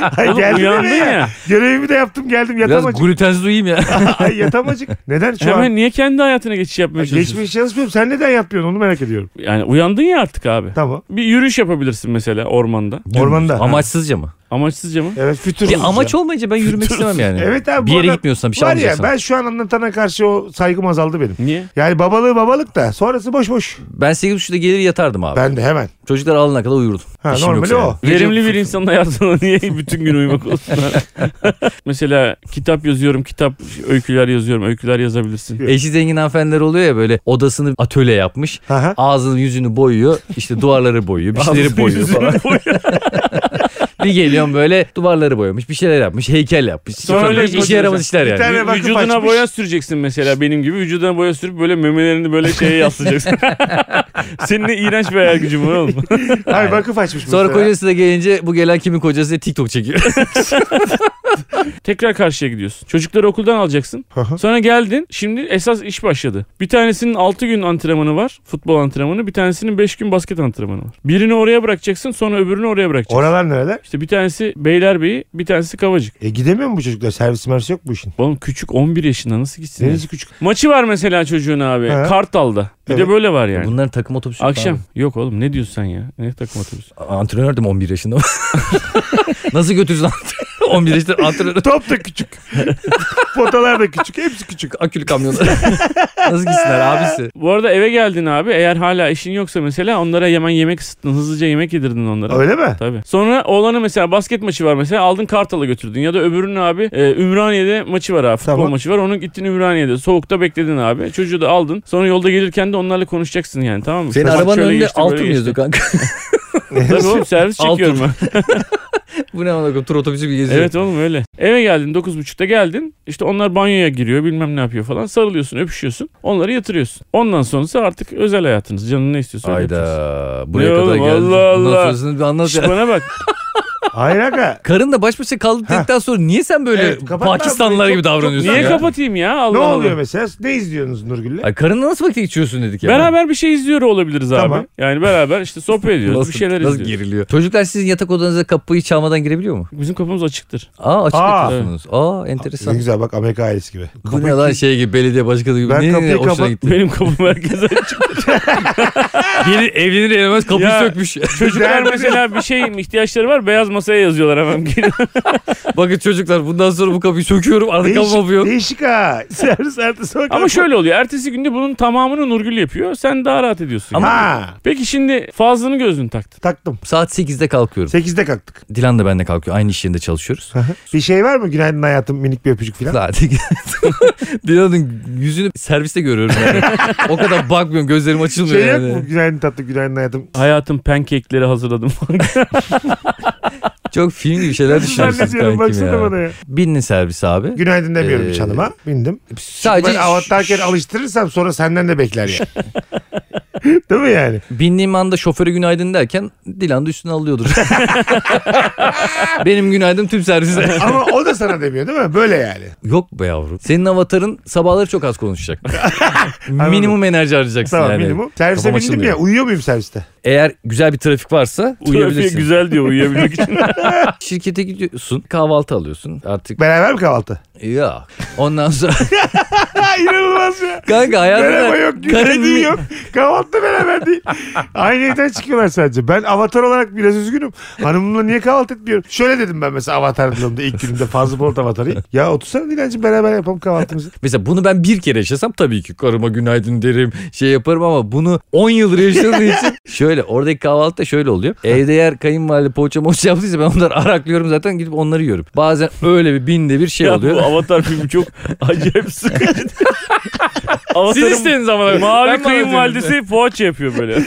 Speaker 2: Hayır
Speaker 3: Oğlum,
Speaker 2: geldim
Speaker 3: uyandın
Speaker 2: eve ya.
Speaker 3: ya.
Speaker 2: Görevimi de yaptım geldim
Speaker 4: Biraz
Speaker 2: yatamacık.
Speaker 4: glutensiz uyuyayım ya.
Speaker 2: Ay yatamacık. Neden şu
Speaker 3: Hemen
Speaker 2: an?
Speaker 3: niye kendi hayatına geçiş yapmaya çalışıyorsun?
Speaker 2: Geçmiş çalışmıyorum. Sen neden yapıyorsun onu merak ediyorum.
Speaker 3: Yani uyandın ya artık abi.
Speaker 2: Tamam.
Speaker 3: Bir yürüyüş yapabilirsin mesela ormanda.
Speaker 2: Ormanda.
Speaker 4: Amaçsızca mı?
Speaker 3: Amaçsızca mı?
Speaker 2: Evet fütür.
Speaker 4: Bir amaç olmayınca ben yürümek istemem yani.
Speaker 2: Evet abi,
Speaker 4: Bir
Speaker 2: bu
Speaker 4: yere
Speaker 2: adam-
Speaker 4: gitmiyorsan bir şey
Speaker 2: Var ya
Speaker 4: almayacaksan. Ben...
Speaker 2: ben şu an anlatana karşı o saygım azaldı benim.
Speaker 3: Niye?
Speaker 2: Yani babalığı babalık da sonrası boş boş.
Speaker 4: 8.30'da gelir yatardım abi.
Speaker 2: Ben de hemen.
Speaker 4: Çocuklar alana kadar uyurdum.
Speaker 2: Ha,
Speaker 4: İşim
Speaker 2: normali
Speaker 4: yoksa yani.
Speaker 2: o.
Speaker 3: Verimli bir insanın hayatına niye bütün gün uyumak olsun? mesela kitap yazıyorum, kitap öyküler yazıyorum, öyküler yazabilirsin.
Speaker 4: Eşi zengin hanımefendiler oluyor ya böyle odasını atölye yapmış.
Speaker 2: Aha.
Speaker 4: Ağzını yüzünü boyuyor. işte duvarları boyuyor. Bir şeyleri boyuyor
Speaker 3: Yüzünü
Speaker 4: falan.
Speaker 3: boya.
Speaker 4: Bir geliyorum böyle duvarları boyamış. Bir şeyler yapmış. Heykel yapmış.
Speaker 3: Sonra öyle
Speaker 4: Sonra işe
Speaker 3: bakıyorsun.
Speaker 4: yaramaz işler
Speaker 2: Bir
Speaker 4: yani.
Speaker 2: tane vakıf
Speaker 3: Vücuduna
Speaker 2: açmış.
Speaker 3: boya süreceksin mesela benim gibi. Vücuduna boya sürüp böyle memelerini böyle şeye yaslayacaksın. Senin ne iğrenç bir hayal gücün var oğlum.
Speaker 2: Hayır vakıf açmış.
Speaker 4: Sonra
Speaker 2: mesela.
Speaker 4: kocası da gelince bu gelen kimin kocası diye TikTok çekiyor.
Speaker 3: Tekrar karşıya gidiyorsun. Çocukları okuldan alacaksın.
Speaker 2: Hı hı.
Speaker 3: Sonra geldin. Şimdi esas iş başladı. Bir tanesinin 6 gün antrenmanı var. Futbol antrenmanı. Bir tanesinin 5 gün basket antrenmanı var. Birini oraya bırakacaksın. Sonra öbürünü oraya bırakacaksın.
Speaker 2: Oralar nereler?
Speaker 3: İşte bir tanesi Beylerbeyi bir tanesi Kavacık.
Speaker 2: E gidemiyor mu bu çocuklar? Servis mersi yok bu işin.
Speaker 3: Oğlum küçük 11 yaşında nasıl gitsin? ya?
Speaker 2: Neresi küçük?
Speaker 3: Maçı var mesela çocuğun abi.
Speaker 2: He.
Speaker 3: Kartal'da. Bir
Speaker 2: Evet.
Speaker 3: de böyle var yani.
Speaker 4: Bunların takım otobüsü yok
Speaker 3: Akşam.
Speaker 4: abi.
Speaker 3: Yok oğlum ne diyorsun sen ya? Ne takım otobüsü?
Speaker 4: A- Antrenördüm 11 yaşında. Nasıl götürsün antrenör? 11 yaşında antrenör.
Speaker 2: Top da küçük. Potalar da küçük. Hepsi küçük.
Speaker 4: Akülü kamyonlar. Nasıl gitsinler abisi?
Speaker 3: Bu arada eve geldin abi. Eğer hala işin yoksa mesela onlara hemen yemek ısıttın. Hızlıca yemek yedirdin onlara.
Speaker 2: Öyle mi?
Speaker 3: Tabii. Sonra oğlanı mesela basket maçı var mesela aldın Kartal'a götürdün ya da öbürünün abi e, Ümraniye'de maçı var abi futbol
Speaker 2: Tamam.
Speaker 3: maçı var onun gittin Ümraniye'de soğukta bekledin abi çocuğu da aldın sonra yolda gelirken de onlarla konuşacaksın yani tamam mı?
Speaker 4: Senin
Speaker 3: Bak
Speaker 4: arabanın
Speaker 3: şöyle
Speaker 4: önünde
Speaker 3: geçti,
Speaker 4: altın
Speaker 3: böyle
Speaker 4: yazıyor
Speaker 3: geçti.
Speaker 4: kanka.
Speaker 3: Tabii oğlum servis
Speaker 4: Altın.
Speaker 3: çekiyorum ben.
Speaker 4: Bu ne amına tur otobüsü gibi geziyor.
Speaker 3: Evet oğlum öyle. Eve geldin 9.30'da geldin. İşte onlar banyoya giriyor bilmem ne yapıyor falan. Sarılıyorsun öpüşüyorsun. Onları yatırıyorsun. Ondan sonrası artık özel hayatınız. Canın ne istiyorsa öyle yapacaksın.
Speaker 4: Hayda. Buraya
Speaker 3: Ne
Speaker 4: kadar
Speaker 3: oğlum,
Speaker 4: geldi.
Speaker 3: Allah
Speaker 4: Bundan
Speaker 3: Allah.
Speaker 4: sonrasını bir anlat
Speaker 3: Şş,
Speaker 4: ya.
Speaker 3: bana bak.
Speaker 2: Hayır aga.
Speaker 4: Karın da baş başa kaldı dedikten sonra niye sen böyle
Speaker 2: Evet, kapat lan.
Speaker 4: Pakistanlılar
Speaker 2: Çok-
Speaker 4: gibi davranıyorsun
Speaker 3: Niye
Speaker 4: ya?
Speaker 3: kapatayım ya? Allah
Speaker 2: Ne
Speaker 3: Allah.
Speaker 2: oluyor mesela? Ne izliyorsunuz Nurgül'le?
Speaker 4: Ay karınla nasıl vakit geçiriyorsun dedik ya.
Speaker 3: Beraber bir şey izliyor olabiliriz
Speaker 2: Tamam.
Speaker 3: abi. Yani beraber işte sohbet ediyoruz.
Speaker 4: Nasıl-
Speaker 3: bir şeyler
Speaker 4: nasıl
Speaker 3: izliyoruz.
Speaker 4: geriliyor? Çocuklar sizin yatak odanıza kapıyı çalmadan girebiliyor mu?
Speaker 3: Bizim kapımız açıktır.
Speaker 4: Aa açık
Speaker 2: Aa.
Speaker 4: yatıyorsunuz. Aa
Speaker 2: Ne
Speaker 4: enteresan.
Speaker 2: güzel bak Amerika ailesi gibi.
Speaker 4: Bu ne lan şey gibi belediye başkanı gibi.
Speaker 2: Ee, Ben
Speaker 4: ne,
Speaker 2: kapıyı
Speaker 4: ne, hoşuna
Speaker 2: kapat-
Speaker 4: gitti.
Speaker 3: Benim kapım herkese açık.
Speaker 4: Gelir evlenir evlenmez kapıyı
Speaker 3: Ya.
Speaker 4: sökmüş.
Speaker 3: Çocuklar mesela bir şey ihtiyaçları var. Beyaz masaya yazıyorlar hemen.
Speaker 4: Bakın çocuklar bundan sonra bu kapıyı söküyorum artık
Speaker 2: Değişik,
Speaker 4: kapı yok.
Speaker 2: değişik ha. Servis ertesi bak.
Speaker 3: Ama şöyle oluyor. Ertesi günde bunun tamamını Nurgül yapıyor. Sen daha rahat ediyorsun.
Speaker 2: Ha.
Speaker 3: Peki şimdi fazlını gözünü taktın.
Speaker 2: Taktım.
Speaker 4: Saat 8'de kalkıyorum.
Speaker 2: 8'de kalktık.
Speaker 4: Dilan da benimle kalkıyor. Aynı iş yerinde çalışıyoruz.
Speaker 2: bir şey var mı? Günaydın hayatım minik bir öpücük falan.
Speaker 4: Zaten Dilan'ın yüzünü serviste görüyorum yani. o kadar bakmıyorum gözlerim açılmıyor
Speaker 2: Şey yok
Speaker 4: yani.
Speaker 2: mu? Günaydın tatlı günaydın hayatım.
Speaker 3: Hayatım pancake'leri hazırladım.
Speaker 4: Çok film gibi şeyler düşünüyorsunuz
Speaker 2: Zannediyorum
Speaker 4: kankim
Speaker 2: baksana bana
Speaker 4: ya.
Speaker 2: ya.
Speaker 4: Bindin servis abi.
Speaker 2: Günaydın demiyorum hiç
Speaker 4: Ee,
Speaker 2: hanıma. Bindim.
Speaker 4: Sadece
Speaker 2: ben avatlarken alıştırırsam sonra senden de bekler ya. Değil mi yani?
Speaker 4: bindiğim anda şoföre günaydın derken Dilan da üstüne alıyordur. Benim günaydın tüm servise.
Speaker 2: Ama o da sana demiyor değil mi? Böyle yani.
Speaker 4: Yok be yavrum. Senin avatarın sabahları çok az konuşacak. minimum enerji arayacaksın
Speaker 2: Tamam
Speaker 4: yani.
Speaker 2: minimum. Servise
Speaker 4: Kafam
Speaker 2: bindim
Speaker 4: açılmıyor.
Speaker 2: ya. Uyuyor muyum serviste?
Speaker 4: Eğer güzel bir trafik varsa uyuyabilirsin.
Speaker 3: güzel diyor uyuyabilmek için.
Speaker 4: Şirkete gidiyorsun kahvaltı alıyorsun artık.
Speaker 2: Beraber mi kahvaltı?
Speaker 4: Ya. Ondan sonra
Speaker 2: Ha, İnanılmaz ya.
Speaker 4: kanka
Speaker 2: Merhaba
Speaker 4: hayatında
Speaker 2: yok, günaydın yok. Kahvaltı da beraber değil. Aynı evden çıkıyorlar sadece. Ben avatar olarak biraz üzgünüm. Hanımımla niye kahvaltı etmiyorum? Şöyle dedim ben mesela avatar dilimde ilk günümde fazla Polat avatarı. Ya otursana Dilancı beraber yapalım kahvaltımızı.
Speaker 4: Mesela bunu ben bir kere yaşasam tabii ki karıma günaydın derim şey yaparım ama bunu 10 yıldır yaşadığım için şöyle oradaki kahvaltı da şöyle oluyor. Evde eğer kayınvalide poğaça moğaça yaptıysa ben onları araklıyorum zaten gidip onları yiyorum. Bazen öyle bir binde bir şey
Speaker 3: ya bu
Speaker 4: oluyor.
Speaker 3: Avatar filmi çok acayip sıkıcı.
Speaker 4: Siz
Speaker 3: Avatar'ın
Speaker 4: istediğiniz zaman.
Speaker 3: mavi kayınvalidesi poğaça yapıyor böyle.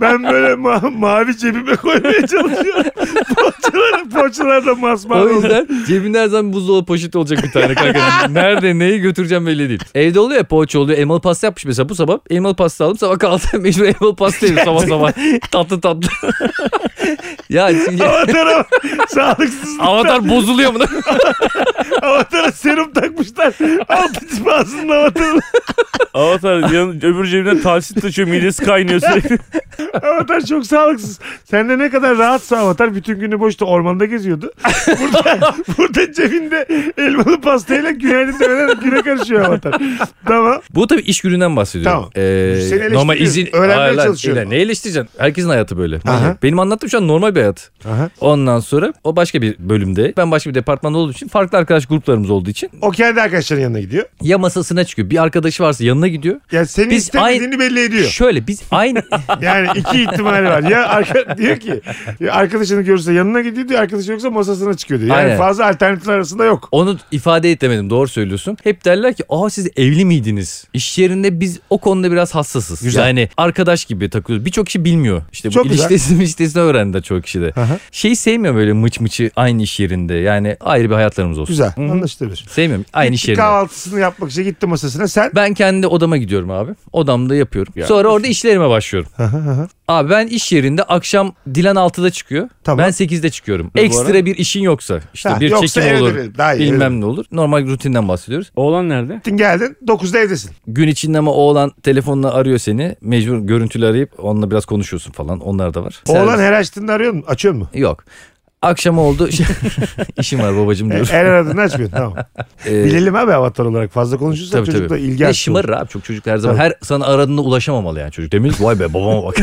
Speaker 2: Ben böyle ma- mavi cebime koymaya çalışıyorum. Poğaçalar, poğaçalar da
Speaker 4: O
Speaker 2: masmavi oldu.
Speaker 4: yüzden cebinde her zaman buzdolabı poşeti olacak bir tane kanka. Nerede neyi götüreceğim belli değil. Evde oluyor ya poğaça oluyor. Elmalı pasta yapmış mesela bu sabah. Elmalı pasta aldım sabah kahvaltıya mecbur elmalı pasta yedim sabah sabah. tatlı tatlı. ya şimdi-
Speaker 2: Avatara sağlıksız.
Speaker 4: avatar bozuluyor mu?
Speaker 2: Avatara serum takmışlar. Altı tipi aslında avatarın.
Speaker 3: Avatar yan, öbür cebinden talsit taşıyor midesi kaynıyor sürekli.
Speaker 2: Avatar çok sağlıksız. Sen de ne kadar rahatsa avatar bütün günü boşta ormanda geziyordu. Burada, burada cebinde elmalı pastayla günaydın demeden güne karışıyor avatar. Tamam.
Speaker 4: Bu tabii iş gününden bahsediyorum. Ee,
Speaker 2: Tamam. eleştiriyoruz. Öğrenmeye
Speaker 4: Hayır lan,
Speaker 2: çalışıyorum.
Speaker 4: ile- Ne eleştireceksin? Herkesin hayatı böyle. Hani
Speaker 2: Aha.
Speaker 4: Benim anlattığım şu an normal bir hayat.
Speaker 2: Aha.
Speaker 4: Ondan sonra o başka bir bölümde. Ben başka bir departmanda olduğum için farklı arkadaş gruplarımız olduğu için
Speaker 2: O kendi arkadaşlarının yanına gidiyor.
Speaker 4: ya masasına çıkıyor. Bir arkadaşı varsa yanına gidiyor.
Speaker 2: Yani senin
Speaker 4: Biz
Speaker 2: istemediğini belli ediyor.
Speaker 4: Şöyle biz aynı
Speaker 2: Yani iki ihtimali var. Ya arka, diyor ki ya arkadaşını görürse yanına gidiyor diyor. Arkadaşı yoksa masasına çıkıyor diyor. Yani
Speaker 4: Aynen.
Speaker 2: fazla alternatifler arasında yok.
Speaker 4: onu ifade edemedim. Doğru söylüyorsun. Hep derler ki "Aa siz evli miydiniz?" İş yerinde biz o konuda biraz hassasız.
Speaker 2: Güzel.
Speaker 4: Yani arkadaş gibi takılıyoruz. Birçok kişi bilmiyor. İşte bu
Speaker 2: Çok güzel.
Speaker 4: ilişkisini ilişkisini öğrendi çok kişi de.
Speaker 2: Aha.
Speaker 4: Şey sevmiyor böyle mıç mıçı aynı iş yerinde. Yani ayrı bir hayatlarımız olsun.
Speaker 2: Güzel anlaşılabilir.
Speaker 4: Sevmiyorum. Aynı iş
Speaker 2: Gitti
Speaker 4: yerinde.
Speaker 2: kahvaltısını yapmak için gitti masasına sen.
Speaker 4: Ben kendi odama gidiyorum abi. Odamda yapıyorum.
Speaker 3: Ya.
Speaker 4: Sonra orada işlerime başlıyorum. abi ben iş yerinde akşam Dilan 6'da çıkıyor.
Speaker 2: Tamam.
Speaker 4: Ben 8'de çıkıyorum.
Speaker 3: bu
Speaker 4: Ekstra bir işin yoksa işte
Speaker 2: Ha,
Speaker 4: bir
Speaker 2: yoksa
Speaker 4: çekim
Speaker 2: eve
Speaker 4: olur.
Speaker 2: dönelim. Daha iyi,
Speaker 4: bilmem
Speaker 2: eve
Speaker 4: ne olur. Normal rutinden bahsediyoruz.
Speaker 3: Oğlan nerede?
Speaker 2: Gittin geldin 9'da evdesin.
Speaker 4: Gün içinde ama oğlan telefonla arıyor seni. Mecbur görüntülü arayıp onunla biraz konuşuyorsun falan. Onlar da var.
Speaker 2: Oğlan
Speaker 4: Servis-
Speaker 2: her açtığında arıyor mu? Açıyor mu?
Speaker 4: Yok. Akşam oldu. Şey, işim var babacım diyor.
Speaker 2: Her aradığını açmıyorsun tamam.
Speaker 4: Ee,
Speaker 2: Bilelim abi avatar olarak fazla konuşursan
Speaker 4: Tabii
Speaker 2: çocuk da
Speaker 4: tabii.
Speaker 2: ilgi
Speaker 4: Ve
Speaker 2: açmıyor.
Speaker 4: şımarır abi çok çocuk her zaman. Her sana aradığında ulaşamamalı yani çocuk. Demir vay be babama bak.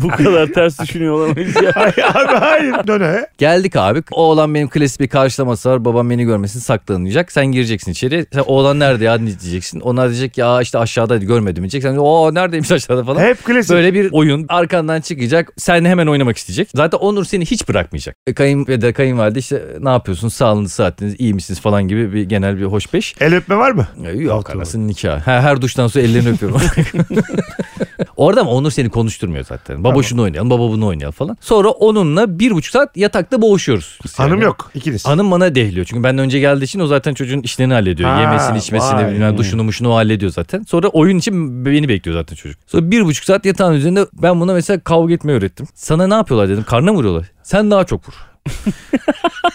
Speaker 3: Bu kadar ters düşünüyor olamayız ya.
Speaker 2: Hayır abi hayır döne.
Speaker 4: Geldik abi. Oğlan benim klasik bir karşılaması var. Babam beni görmesin saklanacak. Sen gireceksin içeri. Sen oğlan nerede ya diyeceksin. Onlar diyecek ya işte aşağıdaydı görmedim diyecek. Sen de, o neredeymiş aşağıda falan.
Speaker 2: Hep klasik.
Speaker 4: Böyle bir oyun arkandan çıkacak. Sen hemen oynamak isteyecek. Zaten Onur seni hiç bırakmayacak. E, Kayınpeder, kayınvalide işte ne yapıyorsunuz? Sağlığınız, saatiniz, iyi misiniz falan gibi bir genel bir hoş beş.
Speaker 2: El öpme var mı?
Speaker 4: Ya E, Yok
Speaker 2: Altı
Speaker 4: anasının nikahı. Her, her duştan sonra ellerini öpüyorum. Orada ama Onur seni konuşturmuyor zaten. Baba şunu oynayalım, baba bunu oynayalım falan. Sonra onunla bir buçuk saat yatakta boğuşuyoruz. Biz
Speaker 2: Hanım
Speaker 4: yani.
Speaker 2: yok ikiniz.
Speaker 4: Hanım bana dehliyor. Çünkü benden önce geldiği için o zaten çocuğun işlerini hallediyor.
Speaker 2: Ha,
Speaker 4: Yemesini, içmesini,
Speaker 2: vay.
Speaker 4: bilmem, duşunu, muşunu o hallediyor zaten. Sonra oyun için beni bekliyor zaten çocuk. Sonra bir buçuk saat yatağın üzerinde ben buna mesela kavga etmeyi öğrettim. Sana ne yapıyorlar dedim. Karnına mı vuruyorlar. Sen daha çok vur.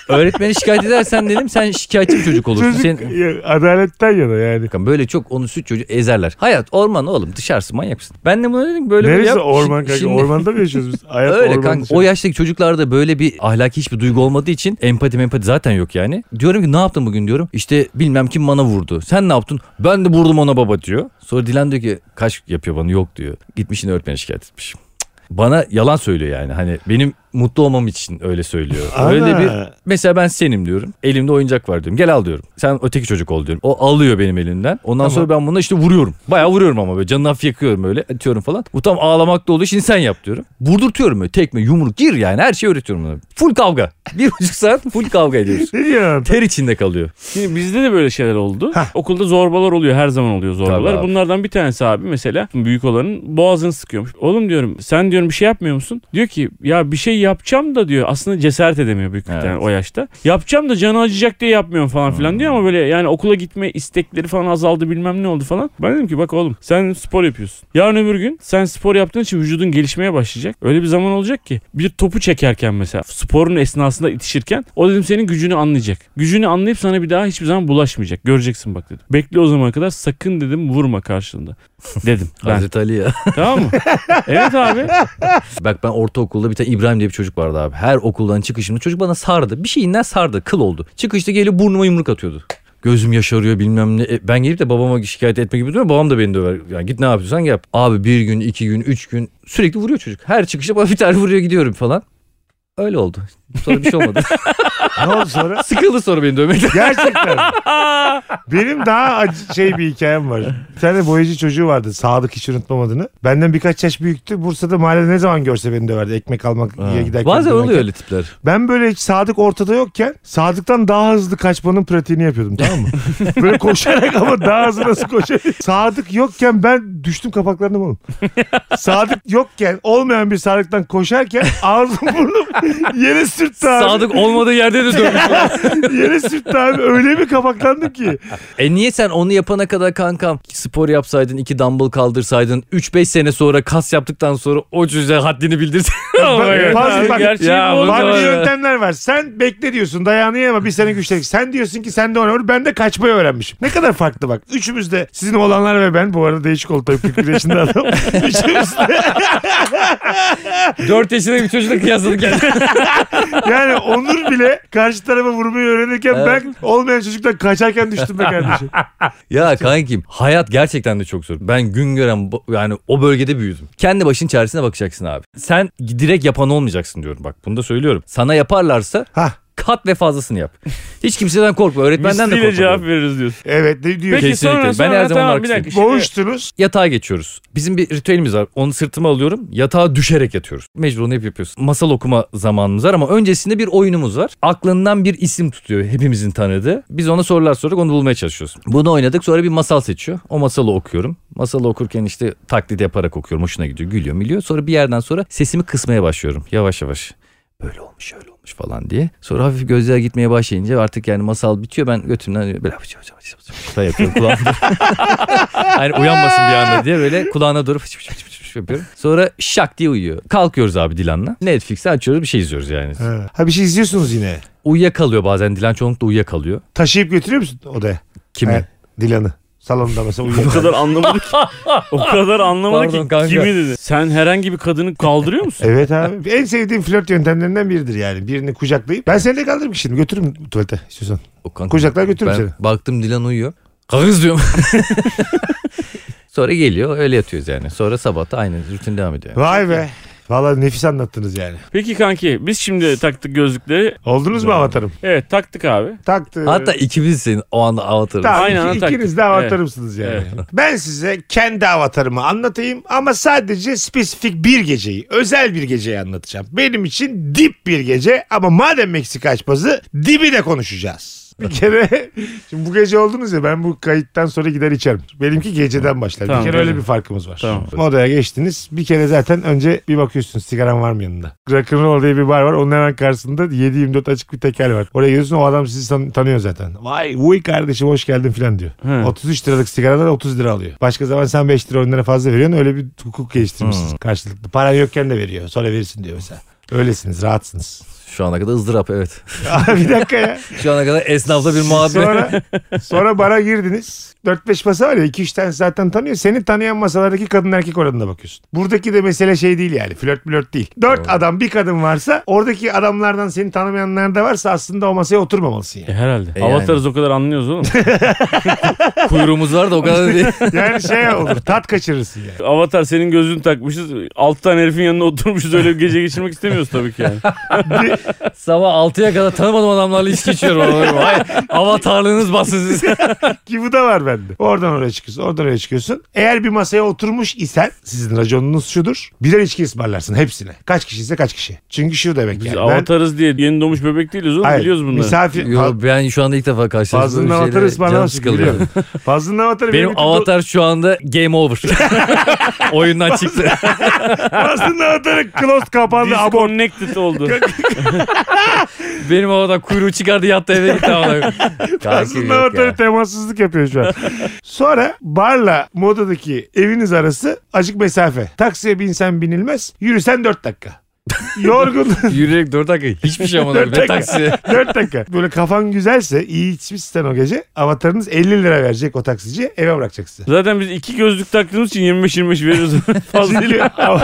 Speaker 4: Öğretmeni şikayet edersen dedim sen şikayetçi bir çocuk olursun.
Speaker 2: Çocuk
Speaker 4: Sen-
Speaker 2: ya, adaletten yana yani.
Speaker 4: Bakın böyle çok onu süt çocuğu ezerler. Hayat orman oğlum dışarısı manyak mısın? Ben de bunu dedim böyle
Speaker 2: Neresi
Speaker 4: böyle yap.
Speaker 2: orman
Speaker 4: Şi-
Speaker 2: kanka?
Speaker 4: şimdi-
Speaker 2: Ormanda mı yaşıyoruz biz? Hayat
Speaker 4: Öyle
Speaker 2: orman
Speaker 4: kanka
Speaker 2: dışı.
Speaker 4: o yaştaki çocuklarda böyle bir ahlaki hiçbir duygu olmadığı için empati empati zaten yok yani. Diyorum ki ne yaptın bugün diyorum. İşte bilmem kim bana vurdu. Sen ne yaptın? Ben de vurdum ona baba diyor. Sonra Dilan diyor ki kaç yapıyor bana yok diyor. Gitmişin öğretmeni şikayet etmiş. Cık. Bana yalan söylüyor yani hani benim mutlu olmam için öyle söylüyor.
Speaker 2: Ana.
Speaker 4: Öyle bir Mesela ben senim diyorum. Elimde oyuncak var diyorum. Gel al diyorum. Sen öteki çocuk ol diyorum. O alıyor benim elimden. Ondan sonra ben buna işte vuruyorum. Bayağı vuruyorum ama böyle canını hafif yakıyorum böyle. Atıyorum falan. Bu tam ağlamak da oluyor. Şimdi sen yap diyorum. Vurdurtuyorum böyle tekme yumruk gir yani her şeyi öğretiyorum ona. Full kavga. Bir buçuk saat full kavga ediyoruz.
Speaker 2: Ne diyorsun?
Speaker 4: Ter içinde kalıyor.
Speaker 3: Şimdi bizde de böyle şeyler oldu. Okulda zorbalar oluyor her zaman oluyor
Speaker 4: Tabii
Speaker 3: zorbalar.
Speaker 4: abi.
Speaker 3: Bunlardan bir tanesi abi mesela büyük olanın boğazını sıkıyormuş. Oğlum diyorum sen diyorum bir şey yapmıyor musun? Diyor ki ya bir şey yapacağım da diyor aslında cesaret edemiyor büyük bir
Speaker 4: Evet.
Speaker 3: tane o yaşta. Yapacağım da canı acıyacak diye yapmıyorum falan filan diyor ama böyle yani okula gitme istekleri falan azaldı bilmem ne oldu falan. Ben dedim ki bak oğlum sen spor yapıyorsun. Yarın öbür gün sen spor yaptığın için vücudun gelişmeye başlayacak. Öyle bir zaman olacak ki bir topu çekerken mesela sporun esnasında itişirken o dedim senin gücünü anlayacak. Gücünü anlayıp sana bir daha hiçbir zaman bulaşmayacak. Göreceksin bak dedim. Bekle o zamana kadar sakın dedim vurma karşında. Dedim ben.
Speaker 4: Hazreti Ali ya.
Speaker 3: tamam mı? Evet abi.
Speaker 4: Bak ben ortaokulda bir tane İbrahim diye bir çocuk vardı abi. Her okuldan çıkışımda çocuk bana sardı. Bir şeyinden sardı. Kıl oldu. Çıkışta gelip burnuma yumruk atıyordu. Gözüm yaşarıyor bilmem ne. E, Ben gelip de babama şikayet etme gibi duruyor. Babam da beni döver. Yani git ne yapıyorsan yap. Abi bir gün, iki gün, üç gün sürekli vuruyor çocuk. Her çıkışta bana bir tane vuruyor gidiyorum falan. Öyle oldu. Sonra bir şey olmadı.
Speaker 2: Ne oldu sonra?
Speaker 4: Sıkıldı sonra beni dövmekten.
Speaker 2: Gerçekten. Benim daha acı şey bir hikayem var. Bir tane boyacı çocuğu vardı. Sadık hiç unutmam adını. Benden birkaç yaş büyüktü. Bursa'da mahallede ne zaman görse beni döverdi. Ekmek almak
Speaker 4: Ha.
Speaker 2: diye giderken.
Speaker 4: Bazen
Speaker 2: dönerken.
Speaker 4: oluyor öyle tipler.
Speaker 2: Ben böyle hiç Sadık ortada yokken Sadık'tan daha hızlı kaçmanın pratiğini yapıyordum tamam mı? böyle koşarak ama daha hızlı nasıl koşar? Sadık yokken ben düştüm kapaklarına oğlum. Sadık yokken olmayan bir Sadık'tan koşarken ağzım burnum yere sürttü abi.
Speaker 4: Sadık olmadığı yerde de dövmüş.
Speaker 2: Yere sürttü abi. Öyle bir kapaklandım ki.
Speaker 4: E niye sen onu yapana kadar kankam spor yapsaydın, iki dumbbell kaldırsaydın, 3-5 sene sonra kas yaptıktan sonra o çocuğa haddini bildirsen.
Speaker 2: Bak- bazı- bak-
Speaker 3: Gerçeği
Speaker 4: Ya
Speaker 3: bu.
Speaker 4: bunu
Speaker 3: Bak-
Speaker 2: Farklı
Speaker 4: Doğru.
Speaker 2: yöntemler var. Sen bekle diyorsun dayanıyor ama bir sene güçlenik. Sen diyorsun ki sen de ona vur ben de kaçmayı öğrenmişim. Ne kadar farklı bak. Üçümüz de sizin oğlanlar ve ben bu arada değişik oldu tabii 41 yaşında adam. Üçümüz de
Speaker 4: 4 yaşında bir çocukla kıyasladık yani.
Speaker 2: yani Onur bile karşı tarafa vurmayı öğrenirken ben olmayan çocuktan kaçarken düştüm be kardeşim.
Speaker 4: ya kankim hayat gerçekten de çok zor. Ben gün gören yani o bölgede büyüdüm. Kendi başın çaresine bakacaksın abi. Sen direkt yapan olmayacaksın diyorum bak bunu da söylüyorum. Sana yaparlarsa
Speaker 2: Hah
Speaker 4: kat ve fazlasını yap. Hiç kimseden korkma öğretmenden de
Speaker 3: Misliyle
Speaker 4: korkma.
Speaker 3: cevap veririz diyorsun.
Speaker 2: evet ne diyor?
Speaker 3: Peki
Speaker 4: Kesinlikle.
Speaker 3: sonra,
Speaker 4: Ben
Speaker 3: sonra
Speaker 4: her zaman
Speaker 3: tamam, bir şey-
Speaker 4: arkasındayım.
Speaker 3: dakika. Şimdi-
Speaker 2: Boğuştunuz.
Speaker 4: Yatağa geçiyoruz. Bizim bir ritüelimiz var. Onu sırtıma alıyorum. Yatağa düşerek yatıyoruz. Mecbur onu hep yapıyoruz. Masal okuma zamanımız var ama öncesinde bir oyunumuz var. Aklından bir isim tutuyor hepimizin tanıdığı. Biz ona sorular sorarak onu bulmaya çalışıyoruz. Bunu oynadık sonra bir masal seçiyor. O masalı okuyorum. Masalı okurken işte taklit yaparak okuyorum. Hoşuna gidiyor. Gülüyor milyor. Sonra bir yerden sonra sesimi kısmaya başlıyorum. Yavaş yavaş. Böyle olmuş öyle olmuş falan diye. Sonra hafif gözler gitmeye başlayınca artık yani masal bitiyor. Ben götümden böyle falan yapıyorum kulağımda. Hani uyanmasın bir anda diye böyle kulağına doğru fış fış fış fış fış yapıyorum. Sonra şak diye uyuyor. Kalkıyoruz abi Dilan'la. Netflix'i açıyoruz bir şey izliyoruz yani.
Speaker 2: Ha. ha bir şey izliyorsunuz yine.
Speaker 4: Uyuyakalıyor bazen Dilan çoğunlukla uyuyakalıyor.
Speaker 2: Taşıyıp götürüyor musun odaya?
Speaker 4: Kimi?
Speaker 2: Ha, Dilan'ı. Salonda mesela
Speaker 3: O
Speaker 2: uyuyor.
Speaker 3: kadar anlamadı ki. O kadar anlamadı
Speaker 4: Pardon
Speaker 3: ki
Speaker 4: kanka.
Speaker 3: kimi dedi. Sen herhangi bir kadını kaldırıyor musun?
Speaker 2: Evet abi. En sevdiğim flört yöntemlerinden biridir yani. Birini kucaklayıp. Ben seni de kaldırırım ki şimdi. Götürürüm tuvalete istiyorsan.
Speaker 4: Okan,
Speaker 2: Kucaklar götürür
Speaker 4: ben
Speaker 2: seni.
Speaker 4: Baktım Dilan uyuyor. Kız diyorum. Sonra geliyor öyle yatıyoruz yani. Sonra sabah da aynı rutin devam ediyor.
Speaker 2: Vay be. Valla nefis anlattınız yani.
Speaker 3: Peki kanki biz şimdi taktık gözlükleri.
Speaker 2: Oldunuz mu avatarım?
Speaker 3: Evet taktık abi.
Speaker 2: Taktı.
Speaker 4: Hatta ikimiz senin o anda avatarız.
Speaker 2: Tamam,
Speaker 3: Aynı
Speaker 2: iki-
Speaker 3: anda taktık.
Speaker 2: ikiniz de avatarımsınız yani. Ben size kendi avatarımı anlatayım ama sadece spesifik bir geceyi, özel bir geceyi anlatacağım. Benim için dip bir gece ama madem Meksika açmazı dibi de konuşacağız. Bir kere şimdi bu gece oldunuz ya ben bu kayıttan sonra gider içerim. Benimki geceden başlar.
Speaker 3: Tamam,
Speaker 2: bir kere
Speaker 3: tamam.
Speaker 2: öyle bir farkımız var.
Speaker 3: Tamam.
Speaker 2: Modaya geçtiniz. Bir kere zaten önce bir bakıyorsun sigaran var mı yanında. Rock'n'roll diye bir bar var. Onun hemen karşısında 7-24 açık bir tekel var. Oraya gidiyorsun o adam sizi tan- tanıyor zaten. Vay uy kardeşim hoş geldin filan diyor.
Speaker 3: He.
Speaker 2: 33 liralık sigaralar 30 lira alıyor. Başka zaman sen 5 lira 10 lira fazla veriyorsun. Öyle bir hukuk geliştirmişsiniz
Speaker 3: Hmm.
Speaker 2: karşılıklı. Paran yokken de veriyor. Sonra verirsin diyor mesela. Öylesiniz rahatsınız.
Speaker 4: Şu ana kadar ızdırap evet.
Speaker 2: Aa, bir dakika ya.
Speaker 4: Şu ana kadar esnafla bir muhabbet.
Speaker 2: Sonra, sonra bara girdiniz. 4-5 masa var ya 2-3 tane zaten tanıyor. Seni tanıyan masalardaki kadın erkek oranına bakıyorsun. Buradaki de mesele şey değil yani. Flört flört değil. 4 adam bir kadın varsa oradaki adamlardan seni tanımayanlar da varsa aslında o masaya oturmamalısın
Speaker 3: E,
Speaker 2: yani.
Speaker 3: herhalde.
Speaker 4: E, yani.
Speaker 3: Avatarız o kadar anlıyoruz oğlum.
Speaker 4: Kuyruğumuz var da o kadar değil.
Speaker 2: Yani şey olur tat kaçırırsın yani.
Speaker 3: Avatar senin gözlüğünü takmışız. Altı tane herifin yanına oturmuşuz. Öyle bir gece geçirmek istemiyoruz tabii ki yani.
Speaker 4: Sabah 6'ya kadar tanımadığım adamlarla içki içiyorum. Vay, avatarlığınız basın siz.
Speaker 2: Ki bu da var bende. Oradan oraya çıkıyorsun. Oradan oraya çıkıyorsun. Eğer bir masaya oturmuş isen sizin raconunuz şudur. Birer içki ısmarlarsın hepsine. Kaç kişi ise kaç kişi. Çünkü şu demek
Speaker 3: Biz
Speaker 2: yani. Ben-
Speaker 3: avatarız diye yeni doğmuş bebek değiliz oğlum.
Speaker 2: Hayır,
Speaker 3: Biliyoruz bunları.
Speaker 2: Misafir,
Speaker 4: Yo, ben şu anda ilk defa karşılaştım.
Speaker 2: Fazlının
Speaker 4: Böyle
Speaker 2: avatarı
Speaker 4: şeylere canım
Speaker 2: ısmarlamış
Speaker 4: sıkıldı.
Speaker 2: biliyorum. Fazlının avatarı benim,
Speaker 4: Benim
Speaker 2: bütün
Speaker 4: avatar şu anda game over. Oyundan çıktı.
Speaker 2: Fazlının avatarı close kapandı. abon.
Speaker 3: Disconnected oldu.
Speaker 4: Benim avatar kuyruğu çıkardı yattı eve gitti. ama. Kanki
Speaker 2: Fazlının
Speaker 4: yok
Speaker 2: avatarı
Speaker 4: ya.
Speaker 2: temassızlık yapıyor şu an. Sonra barla modadaki eviniz arası acık mesafe. Taksiye binsen binilmez. Yürüsen 4 dakika. Yorgun.
Speaker 4: Yürüyerek 4 dakika hiçbir şey olmadı.
Speaker 2: Dört
Speaker 4: Ne
Speaker 2: dakika.
Speaker 4: taksi.
Speaker 2: 4 dakika. Böyle kafan güzelse iyi içmişsen o gece avatarınız 50 lira verecek o taksiciye eve bırakacak sizi.
Speaker 3: Zaten biz iki gözlük taktığımız için 25-25 veriyoruz. Fazla
Speaker 2: Çünkü
Speaker 3: değil.
Speaker 2: av-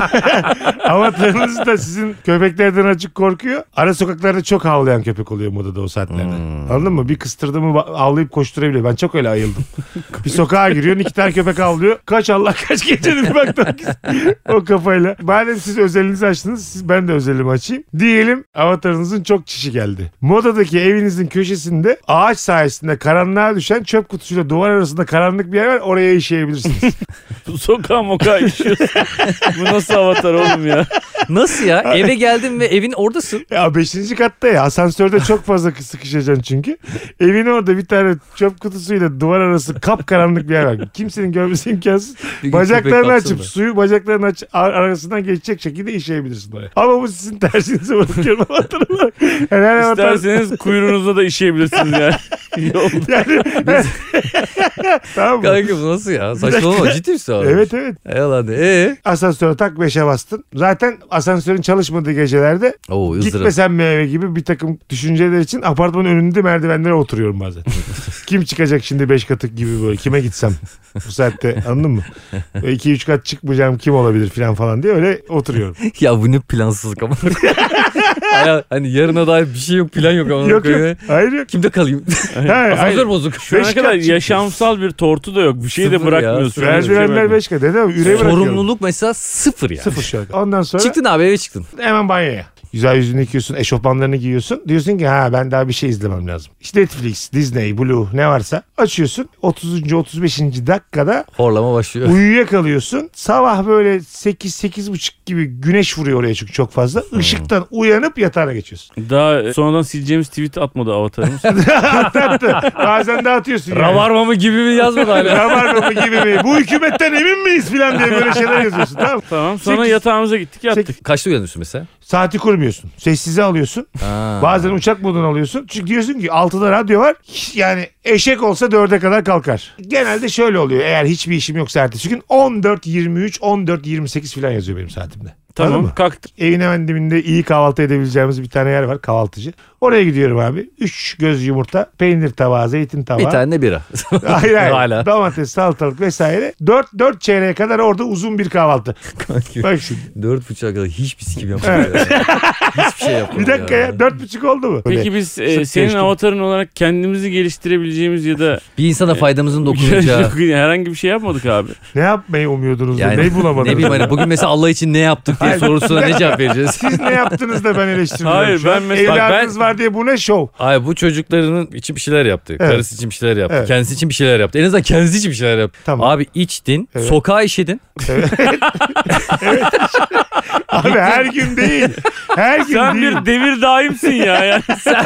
Speaker 2: avatarınız da sizin köpeklerden acık korkuyor. Ara sokaklarda çok havlayan köpek oluyor modada o saatlerde. Anladın mı? Bir kıstırdı mı ba- havlayıp koşturabiliyor. Ben çok öyle ayıldım. bir sokağa giriyorsun iki tane köpek havlıyor. Kaç Allah kaç gecenin bir baktım ki o kafayla. Madem siz özelinizi açtınız siz, ben de özelimi açayım. Diyelim avatarınızın çok çişi geldi. Modadaki evinizin köşesinde ağaç sayesinde karanlığa düşen çöp kutusuyla duvar arasında karanlık bir yer var. Oraya işeyebilirsiniz.
Speaker 3: Sokağa mokağa işiyorsun. Bu nasıl avatar oğlum ya?
Speaker 4: Nasıl ya? Eve geldim ve evin oradasın.
Speaker 2: Ya beşinci katta ya asansörde çok fazla sıkışacaksın çünkü. Evin orada bir tane çöp kutusuyla duvar arası kapkaranlık bir yer var. Kimsenin görmesi imkansız.
Speaker 4: Bir gün
Speaker 2: Bacaklarını açıp
Speaker 4: köpek kapsın da.
Speaker 2: suyu bacaklarını aç ar- arasından geçecek şekilde işeyebilirsin oraya. Ama bu sizin tercihinize bırakıyorum avatar olarak. Yani her avatar...
Speaker 3: İsterseniz kuyruğunuza da işeyebilirsiniz yani. İyi oldu.
Speaker 2: Yani... tamam mı?
Speaker 4: Kanka bu nasıl ya? Saçmalama ciddi misin abi?
Speaker 2: Evet evet.
Speaker 4: Ey lan ee?
Speaker 2: Asansöre tak beşe bastın. Zaten asansörün çalışmadığı gecelerde
Speaker 4: Oo ızdırap.
Speaker 2: Gitmesen mi eve gibi bir takım düşünceler için apartmanın önünde merdivenlere oturuyorum bazen. Kim çıkacak şimdi 5 katık gibi böyle kime gitsem bu saatte anladın mı? 2-3 kat çıkmayacağım kim olabilir filan falan diye öyle oturuyorum.
Speaker 4: Ya bu ne plansızlık ama. Hayal- hani yarına dair bir şey yok plan yok ama.
Speaker 2: yok yok hayır yok.
Speaker 4: Kimde kalayım?
Speaker 2: Ha, hayır.
Speaker 4: Asansör bozuk.
Speaker 3: Şu ana
Speaker 2: Beş
Speaker 3: kadar
Speaker 2: kat
Speaker 3: yaşamsal bir tortu da yok. Bir şey de
Speaker 4: Sıfır ya,
Speaker 3: bırakmıyoruz.
Speaker 4: sıfır.
Speaker 3: Şu an hiçbir şey
Speaker 2: Merdivenler
Speaker 3: bırakmıyoruz.
Speaker 2: 5 kat değil mi? Yüreği bırakıyorum.
Speaker 4: Sorumluluk mesela sıfır yani.
Speaker 2: Sıfır şu an. Ondan sonra
Speaker 4: Çıktın abi eve çıktın.
Speaker 2: hemen banyoya. Güzel yüzünü yıkıyorsun, eşofmanlarını giyiyorsun. Diyorsun ki ha ben daha bir şey izlemem lazım. İşte Netflix, Disney, Blue ne varsa açıyorsun. 30. 35. dakikada
Speaker 4: Horlama başlıyor.
Speaker 2: Uyuyakalıyorsun. Sabah böyle 8-8.30 gibi güneş vuruyor oraya çünkü çok fazla. Işıktan uyanıp yatağına geçiyorsun.
Speaker 3: Daha sonradan sileceğimiz tweet atmadı avatarımız.
Speaker 2: Tattı. Bazen de atıyorsun. yani.
Speaker 4: Rabarba mı gibi mi yazmadı hala.
Speaker 2: Rabarba mı gibi mi? Bu hükümetten emin miyiz filan diye böyle şeyler yazıyorsun. Tamam mı?
Speaker 3: tamam. Sonra
Speaker 2: Sekiz-
Speaker 3: yatağımıza gittik yattık.
Speaker 2: Sekiz-
Speaker 4: Kaçta uyanıyorsun mesela?
Speaker 2: Saati kurmuyorsun. Sessize alıyorsun. Bazen uçak moduna alıyorsun. Çünkü diyorsun ki 6'da radyo var. Yani eşek olsa 4'e kadar kalkar. Genelde şöyle oluyor. Eğer hiçbir işim yoksa ertesi gün 14.23, 14.28 filan yazıyor benim saatimde. Anladın mı?
Speaker 3: Tamam kalktık.
Speaker 2: Evin hemen dibinde iyi kahvaltı edebileceğimiz bir tane yer var kahvaltıcı. Oraya gidiyorum abi. Üç göz yumurta, peynir tabağı, zeytin tabağı.
Speaker 4: Bir tane de bira.
Speaker 2: Hayır hayır.
Speaker 4: Hala.
Speaker 2: Domates, salatalık vesaire. Dört, dört çeyreğe kadar orada uzun bir kahvaltı. Bak şimdi.
Speaker 4: Dört buçuğa kadar hiçbir sikim yapmadım. ya. Hiçbir şey yapmadım.
Speaker 2: Bir dakika ya. Dört buçuk oldu mu?
Speaker 3: Peki biz e,
Speaker 2: Sırt
Speaker 3: senin
Speaker 2: geçtim.
Speaker 3: avatarın olarak kendimizi geliştirebileceğimiz ya da
Speaker 4: Bir insana faydamızın dokunacağı.
Speaker 3: Yok, herhangi bir şey yapmadık abi.
Speaker 2: Ne yapmayı umuyordunuz? da,
Speaker 4: Yani
Speaker 2: ne bulamadınız?
Speaker 4: ne bileyim hani bugün mesela Allah için ne yaptık diye
Speaker 2: Hayır.
Speaker 4: sorusuna ne cevap vereceğiz?
Speaker 2: Siz ne yaptınız da ben eleştiriyorum.
Speaker 3: Hayır,
Speaker 2: şu an.
Speaker 3: ben mesela-
Speaker 2: Evladınız
Speaker 3: ben-
Speaker 2: var diye bu ne şov?
Speaker 4: Ay bu çocuklarının için bir şeyler yaptı. Karısı için bir şeyler yaptı.
Speaker 2: Evet.
Speaker 4: Kendisi için bir şeyler yaptı. En azından kendisi için bir şeyler yaptı.
Speaker 2: Tamam.
Speaker 4: Abi içtin,
Speaker 2: Evet.
Speaker 4: sokağa işedin.
Speaker 2: Abi her gün değil. Her gün
Speaker 3: Sen
Speaker 2: değil.
Speaker 3: bir devir daimsin ya. Yani sen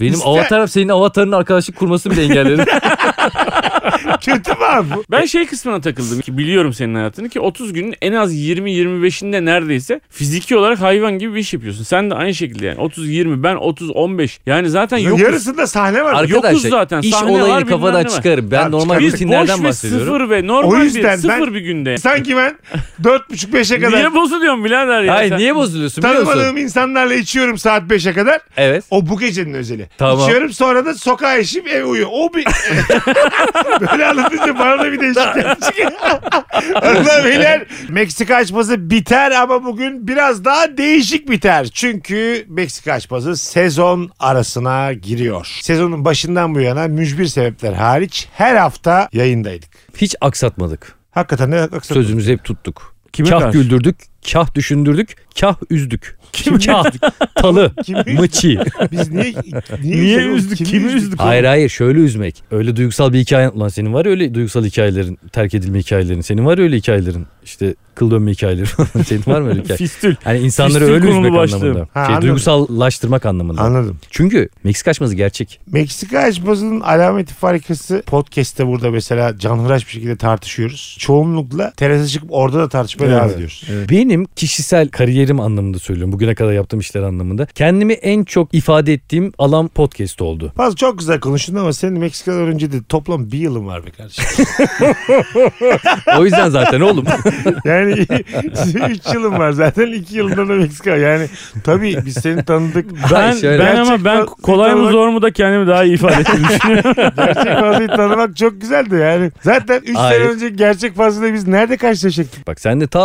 Speaker 4: Benim avatarım senin avatarın arkadaşlık kurmasını bile engelledi.
Speaker 2: Kötü mü abi bu?
Speaker 3: Ben şey kısmına takıldım ki biliyorum senin hayatını ki 30 günün en az 20-25'inde neredeyse fiziki olarak hayvan gibi bir iş yapıyorsun. Sen de aynı şekilde yani 30-20 ben 30-15 yani zaten yokuz.
Speaker 2: Yarısında sahne var.
Speaker 4: Arkadaşlar
Speaker 3: zaten.
Speaker 4: iş
Speaker 3: Sahne
Speaker 4: olayını
Speaker 3: var, bilmem
Speaker 4: kafadan
Speaker 3: ne var.
Speaker 4: çıkarım. Ben
Speaker 2: Tamam,
Speaker 4: normal
Speaker 2: çıkar.
Speaker 3: Biz
Speaker 4: rutinlerden
Speaker 3: boş ve
Speaker 4: bahsediyorum.
Speaker 3: sıfır ve normal
Speaker 2: O yüzden
Speaker 3: bir sıfır
Speaker 2: ben-
Speaker 3: bir günde.
Speaker 2: Sanki ben dört buçuk beşe kadar
Speaker 3: Niye bozuluyorsun birader ya?
Speaker 4: Hayır
Speaker 3: sen?
Speaker 4: niye bozuluyorsun biliyor musun?
Speaker 2: tanımadığım insanlarla içiyorum saat beşe kadar.
Speaker 4: Evet.
Speaker 2: O bu gecenin özeli.
Speaker 4: Tamam.
Speaker 2: İçiyorum sonra da sokağa işim ev uyuyor. O bir... Böyle anlatınca bana da bir değişiklik çıkıyor. Allah beyler Meksika açması biter ama bugün biraz daha değişik biter. Çünkü Meksika açması sezon arasına giriyor. Sezonun başından bu yana mücbir sebepler hariç her hafta yayındaydık.
Speaker 4: Hiç aksatmadık.
Speaker 2: Hakikaten ne haklısın.
Speaker 4: Sözümüzü hep tuttuk.
Speaker 3: Kime
Speaker 4: kah
Speaker 3: karşı?
Speaker 4: güldürdük, kah düşündürdük, kah üzdük. Kim kah? Talı,
Speaker 2: Kimi-
Speaker 4: mıçı.
Speaker 2: Biz niye niye,
Speaker 3: Niye üzdük? Kimi üzdük?
Speaker 4: Hayır hayır şöyle üzmek. Öyle duygusal bir hikaye lan senin var ya öyle duygusal hikayelerin, terk edilme hikayelerin. Senin var ya öyle hikayelerin. İşte kıl dönme hikayelerin. senin var mı öyle hikaye?
Speaker 3: Fistül.
Speaker 4: Hani insanları
Speaker 3: Fistül
Speaker 4: öyle
Speaker 3: konulu
Speaker 4: üzmek
Speaker 3: başlığım.
Speaker 4: anlamında.
Speaker 2: Ha,
Speaker 4: şey,
Speaker 2: anladım.
Speaker 4: duygusallaştırmak anlamında.
Speaker 2: Anladım.
Speaker 4: Çünkü Meksika açması gerçek.
Speaker 2: Meksika açmasının alameti farikası podcast'te burada mesela canhıraş bir şekilde tartışıyoruz. Çoğunlukla terasa çıkıp orada da tartışmaya
Speaker 4: Evet.
Speaker 2: devam ediyoruz.
Speaker 4: Benim kişisel kariyerim anlamında söylüyorum. Bugüne kadar yaptığım işler anlamında. Kendimi en çok ifade ettiğim alan podcast oldu.
Speaker 2: Fazla çok güzel konuştun ama senin Meksika'dan önce de toplam bir yılın var be kardeşim.
Speaker 4: O yüzden zaten oğlum.
Speaker 2: Yani 3 yılın var zaten 2 yılında da Meksika. Yani tabii biz seni tanıdık.
Speaker 3: Ben,
Speaker 4: şöyle-
Speaker 3: ben ama
Speaker 2: Gerçekten-
Speaker 3: ben kolay mı zor mu da kendimi daha iyi ifade ettim.
Speaker 2: Gerçek Fazlı'yı tanımak çok güzeldi yani. Zaten 3 sene
Speaker 4: Hayır.
Speaker 2: önce Gerçek Fazlı'yla biz nerede karşılaşacaktık?
Speaker 4: Bak sen de ta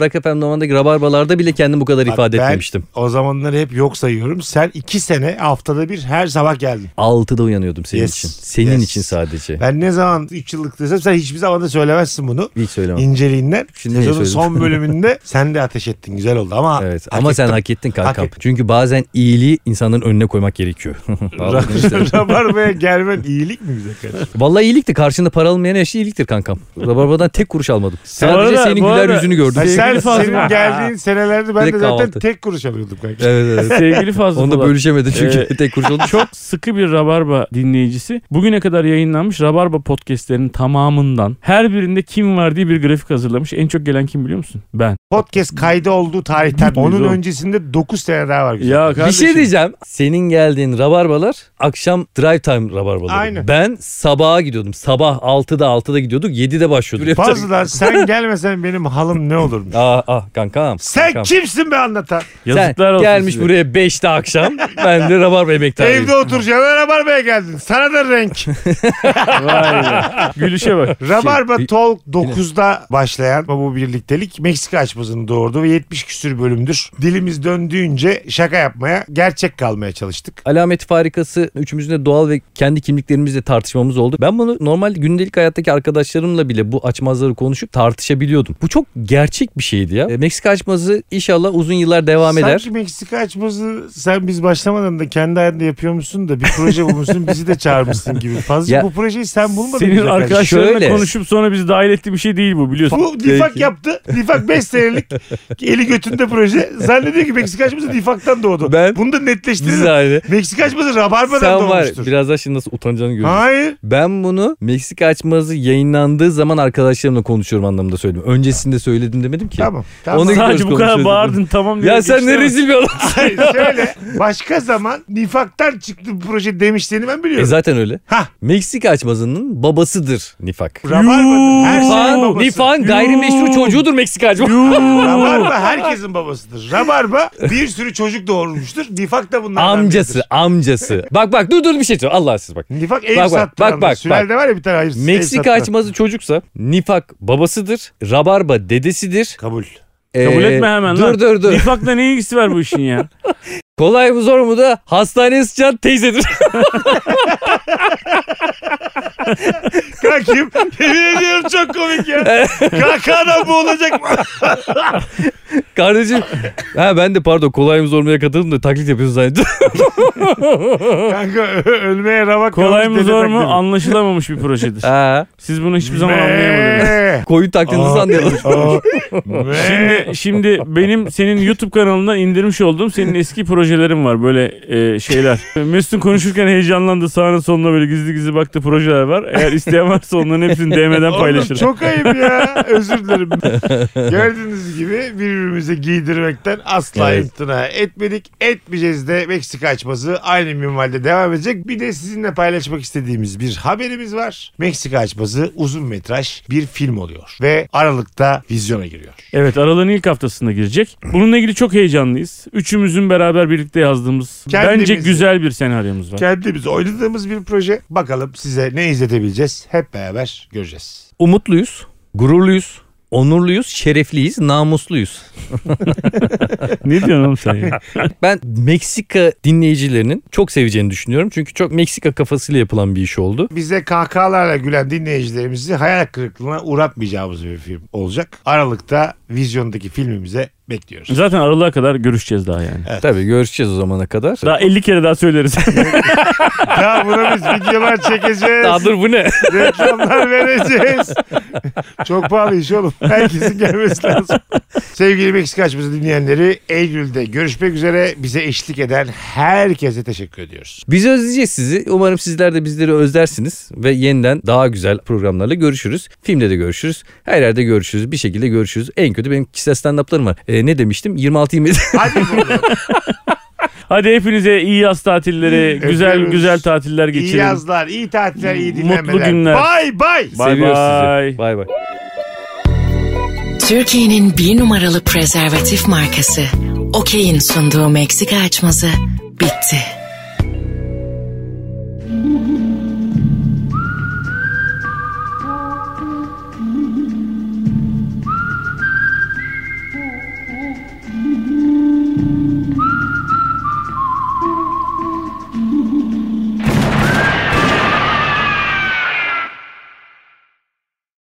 Speaker 4: Rock FM Normandaki rabarbalarda bile kendimi bu kadar ifade
Speaker 2: Ben
Speaker 4: etmemiştim.
Speaker 2: O zamanları hep yok sayıyorum. Sen 2 sene haftada bir her sabah geldin.
Speaker 4: 6'da uyanıyordum senin
Speaker 2: Yes,
Speaker 4: için. Senin
Speaker 2: yes.
Speaker 4: için sadece.
Speaker 2: Ben ne zaman 3 yıllık desem sen hiçbir zaman da söylemezsin bunu.
Speaker 4: Hiç söylemem.
Speaker 2: İnceliğinden.
Speaker 4: Şimdi niye
Speaker 2: sezonun
Speaker 4: söyledim?
Speaker 2: son bölümünde sen de ateş ettin. Güzel oldu ama.
Speaker 4: Evet ama sen hak ettin kankam.
Speaker 2: Hak ettim.
Speaker 4: Çünkü bazen iyiliği insanların önüne koymak gerekiyor. Vallahi işte.
Speaker 2: Rabarba'ya gelmen iyilik mi güzel kardeşim?
Speaker 4: Vallahi iyilikti. Karşında para almayan her şey iyiliktir kankam. Rabarbadan tek kuruş almadım. Sadece
Speaker 3: arada-
Speaker 4: senin
Speaker 3: bu
Speaker 4: güler
Speaker 3: arada-
Speaker 4: yüzünü gördüm.
Speaker 2: Ay
Speaker 3: Sevgili
Speaker 2: sen,
Speaker 3: Fazlı.
Speaker 2: senin geldiğin senelerde ben
Speaker 4: Bir
Speaker 2: de
Speaker 4: de
Speaker 2: zaten
Speaker 4: kahvaltı.
Speaker 2: tek kuruş alıyordum kanka.
Speaker 4: Evet evet.
Speaker 3: Sevgili Fazlı
Speaker 4: Onu da
Speaker 3: Polat.
Speaker 4: bölüşemedin çünkü
Speaker 3: Ee,
Speaker 4: tek kuruş oldu.
Speaker 3: Çok sıkı bir Rabarba dinleyicisi. Bugüne kadar yayınlanmış Rabarba podcastlerinin tamamından her birinde kim var diye bir grafik hazırlamış. En çok gelen kim biliyor musun? Ben.
Speaker 2: Podcast kaydı olduğu tarihten
Speaker 3: Biz
Speaker 2: onun
Speaker 3: o-
Speaker 2: öncesinde 9 sene daha var. Güzel.
Speaker 3: Ya
Speaker 4: Bir
Speaker 3: kardeşim.
Speaker 4: şey diyeceğim. Senin geldiğin rabarbalar akşam drive time rabarbaları.
Speaker 2: Aynen.
Speaker 4: Ben sabaha gidiyordum. Sabah 6'da 6'da gidiyorduk. 7'de başlıyorduk.
Speaker 2: Fazladan sen gelmesen benim halim ne olurmuş?
Speaker 4: Aa, ah kankam.
Speaker 2: Sen
Speaker 4: kankam.
Speaker 2: kimsin be anlatan?
Speaker 3: Yazıklar
Speaker 4: Sen
Speaker 3: olsun
Speaker 4: gelmiş
Speaker 3: size.
Speaker 4: buraya 5'te akşam. ben de rabarba emektarıyım.
Speaker 2: Evde oturacağına Rabarba'ya geldin. Sana da renk.
Speaker 3: Vay be. Gülüşe bak.
Speaker 2: Rabarba
Speaker 4: Şey,
Speaker 2: Talk 9'da başlayan bu birliktelik Meksika açmasını doğurdu ve 70 küsür bölümdür. Dilimiz döndüğünce şaka yapmaya, gerçek kalmaya çalıştık.
Speaker 4: Alamet farikası üçümüzün de doğal ve kendi kimliklerimizle tartışmamız oldu. Ben bunu normal gündelik hayattaki arkadaşlarımla bile bu açmazları konuşup tartışabiliyordum. Bu çok gerçek bir şeydi ya. E, Meksika açmazı inşallah uzun yıllar devam eder.
Speaker 2: Sanki Meksika açması sen biz başlamadan da kendi hayatında yapıyormuşsun da bir proje bulmuşsun bizi de çağırmışsın gibi. Fazla
Speaker 4: Ya-
Speaker 2: bu projeyi sen bulmadın.
Speaker 3: Senin
Speaker 2: bize kardeşim.
Speaker 3: arkadaşlarınla
Speaker 4: Şöyle.
Speaker 3: konuşup sonra bizi dahil ettiği bir şey değil bu biliyorsun.
Speaker 2: Bu Difak yaptı. Difak 5 senelik eli götünde proje. Zannediyor ki Meksika açması Difak'tan doğdu.
Speaker 4: Ben-
Speaker 2: Bunu da
Speaker 4: Biz
Speaker 2: netleştirelim.
Speaker 4: aile.
Speaker 2: Meksika açması Rabarba'dan
Speaker 4: Sen var
Speaker 2: doğmuştur.
Speaker 4: biraz daha şimdi nasıl utanacağını görüyorsun.
Speaker 2: Hayır.
Speaker 4: Ben bunu Meksika açmazı yayınlandığı zaman arkadaşlarımla konuşuyorum anlamında söyledim. Öncesinde söyledim demedim ki.
Speaker 2: Tamam. tamam.
Speaker 4: Onu-
Speaker 3: Sadece bu kadar
Speaker 4: konuşuyorduk.
Speaker 3: Bağırdın tamam diye.
Speaker 4: Ya sen
Speaker 3: geçti
Speaker 4: ne
Speaker 3: ama.
Speaker 4: rezil bir adamsın.
Speaker 2: Hayır, Söyle. Başka zaman nifaktan çıktı bu proje demişlerini ben
Speaker 4: e
Speaker 2: biliyorum.
Speaker 4: zaten öyle.
Speaker 2: Hah.
Speaker 4: Meksika açmazının babasıdır nifak.
Speaker 2: Rabarbanın her şeyin
Speaker 4: Nifan,
Speaker 2: babası.
Speaker 4: Nifan gayrimeşru çocuğudur Meksika açmazı.
Speaker 2: Rabarba herkesin babasıdır. Rabarba bir sürü çocuk doğurmuştur. Nifak da bunlardan
Speaker 4: amcası, amcası. Bak bak dur dur bir şey söyleyeyim. Allah siz bak.
Speaker 2: biridir. Nifak ev
Speaker 4: Bak, bak,
Speaker 2: sattırandır.
Speaker 4: bak, bak,
Speaker 2: Sülalede var ya bir tane hayır. ev
Speaker 4: Meksika
Speaker 2: sattıran.
Speaker 4: açmazı çocuksa nifak babasıdır, rabarba dedesidir.
Speaker 2: Kabul.
Speaker 3: Kabul
Speaker 4: Ee,
Speaker 3: etme hemen
Speaker 4: dur,
Speaker 3: lan.
Speaker 4: Dur dur dur.
Speaker 3: Nifakla ne ilgisi var bu işin ya?
Speaker 4: Kolay mı zor mu da hastaneye sıçan teyzedir.
Speaker 2: Kankim yemin ediyorum çok komik ya. Kahkahadan bu olacak mı?
Speaker 4: Kardeşim ha ben de pardon kolay mı zor mu'ya katıldım da taklit yapıyorsun zannettim.
Speaker 2: Kanka ö- ölmeye ramak
Speaker 3: Kolay
Speaker 2: kalmış
Speaker 3: mı
Speaker 2: dede
Speaker 3: zor mu
Speaker 2: taklidi.
Speaker 3: anlaşılamamış bir projedir.
Speaker 4: ha,
Speaker 3: Siz bunu hiçbir zaman
Speaker 2: Me-
Speaker 3: anlayamadınız.
Speaker 4: koyun taklidini
Speaker 2: Aa.
Speaker 4: nasıl anlayalım?
Speaker 2: Aa. Me-
Speaker 3: Şimdi, şimdi benim senin YouTube kanalından indirmiş olduğum senin eski projelerin var böyle e, şeyler. Mesut'un konuşurken heyecanlandı sağına soluna böyle gizli gizli baktı projeler var. Eğer isteyen varsa onların hepsini DM'den
Speaker 2: Oğlum
Speaker 3: paylaşırım.
Speaker 2: çok ayıp ya. Özür dilerim. Gördüğünüz gibi birbirimize giydirmekten asla
Speaker 4: Evet.
Speaker 2: imtina etmedik. Etmeyeceğiz de Meksika açması aynı minvalde devam edecek. Bir de sizinle paylaşmak istediğimiz bir haberimiz var. Meksika açması uzun metraj bir film oluyor. Ve Aralık'ta vizyona giriyor.
Speaker 3: Evet Aralık'ın ilk haftasında girecek. Bununla ilgili çok heyecanlıyız. Üçümüzün beraber birlikte yazdığımız
Speaker 2: Kendimizi-
Speaker 3: bence güzel bir senaryomuz var.
Speaker 2: Kendimiz oynadığımız bir proje. Bakalım size ne izletebileceğiz. Hep beraber göreceğiz.
Speaker 4: Umutluyuz, gururluyuz, onurluyuz, şerefliyiz, namusluyuz.
Speaker 3: ne diyorsun oğlum sen ya?
Speaker 4: Ben Meksika dinleyicilerinin çok seveceğini düşünüyorum. Çünkü çok Meksika kafasıyla yapılan bir iş oldu.
Speaker 2: Bize kahkahalarla gülen dinleyicilerimizi hayal kırıklığına uğratmayacağımız bir film olacak. Aralık'ta vizyondaki filmimize bekliyoruz.
Speaker 3: Zaten Aralık'a kadar görüşeceğiz daha yani.
Speaker 4: Tabii görüşeceğiz o zamana kadar.
Speaker 3: Daha 50 kere daha söyleriz.
Speaker 2: Ya buna biz videolar çekeceğiz.
Speaker 4: Daha dur bu ne?
Speaker 2: reklamlar vereceğiz. Çok pahalı iş oğlum. Herkesin gelmesi lazım. Sevgili Meksika açması dinleyenleri Eylül'de görüşmek üzere. Bize eşlik eden herkese teşekkür ediyoruz.
Speaker 4: Biz özleyeceğiz sizi. Umarım sizler de bizleri özlersiniz ve yeniden daha güzel programlarla görüşürüz. Filmde de görüşürüz. Her yerde görüşürüz. Bir şekilde görüşürüz. En kötü benim kişisel stand-up'larım var. Ee, ne demiştim? 26-27.
Speaker 2: Hadi bakalım.
Speaker 3: Hadi hepinize iyi yaz tatilleri, güzel
Speaker 2: Öpüyoruz.
Speaker 3: güzel tatiller
Speaker 2: iyi
Speaker 3: geçirin.
Speaker 2: yazlar, iyi tatiller, iyi
Speaker 3: Mutlu
Speaker 2: dinlemeler.
Speaker 3: günler.
Speaker 2: Bay bay.
Speaker 3: Bay
Speaker 4: Seviyoruz
Speaker 3: bay.
Speaker 4: sizi. Bay bay.
Speaker 1: Türkiye'nin bir numaralı prezervatif markası Okey'in sunduğu Meksika açması bitti.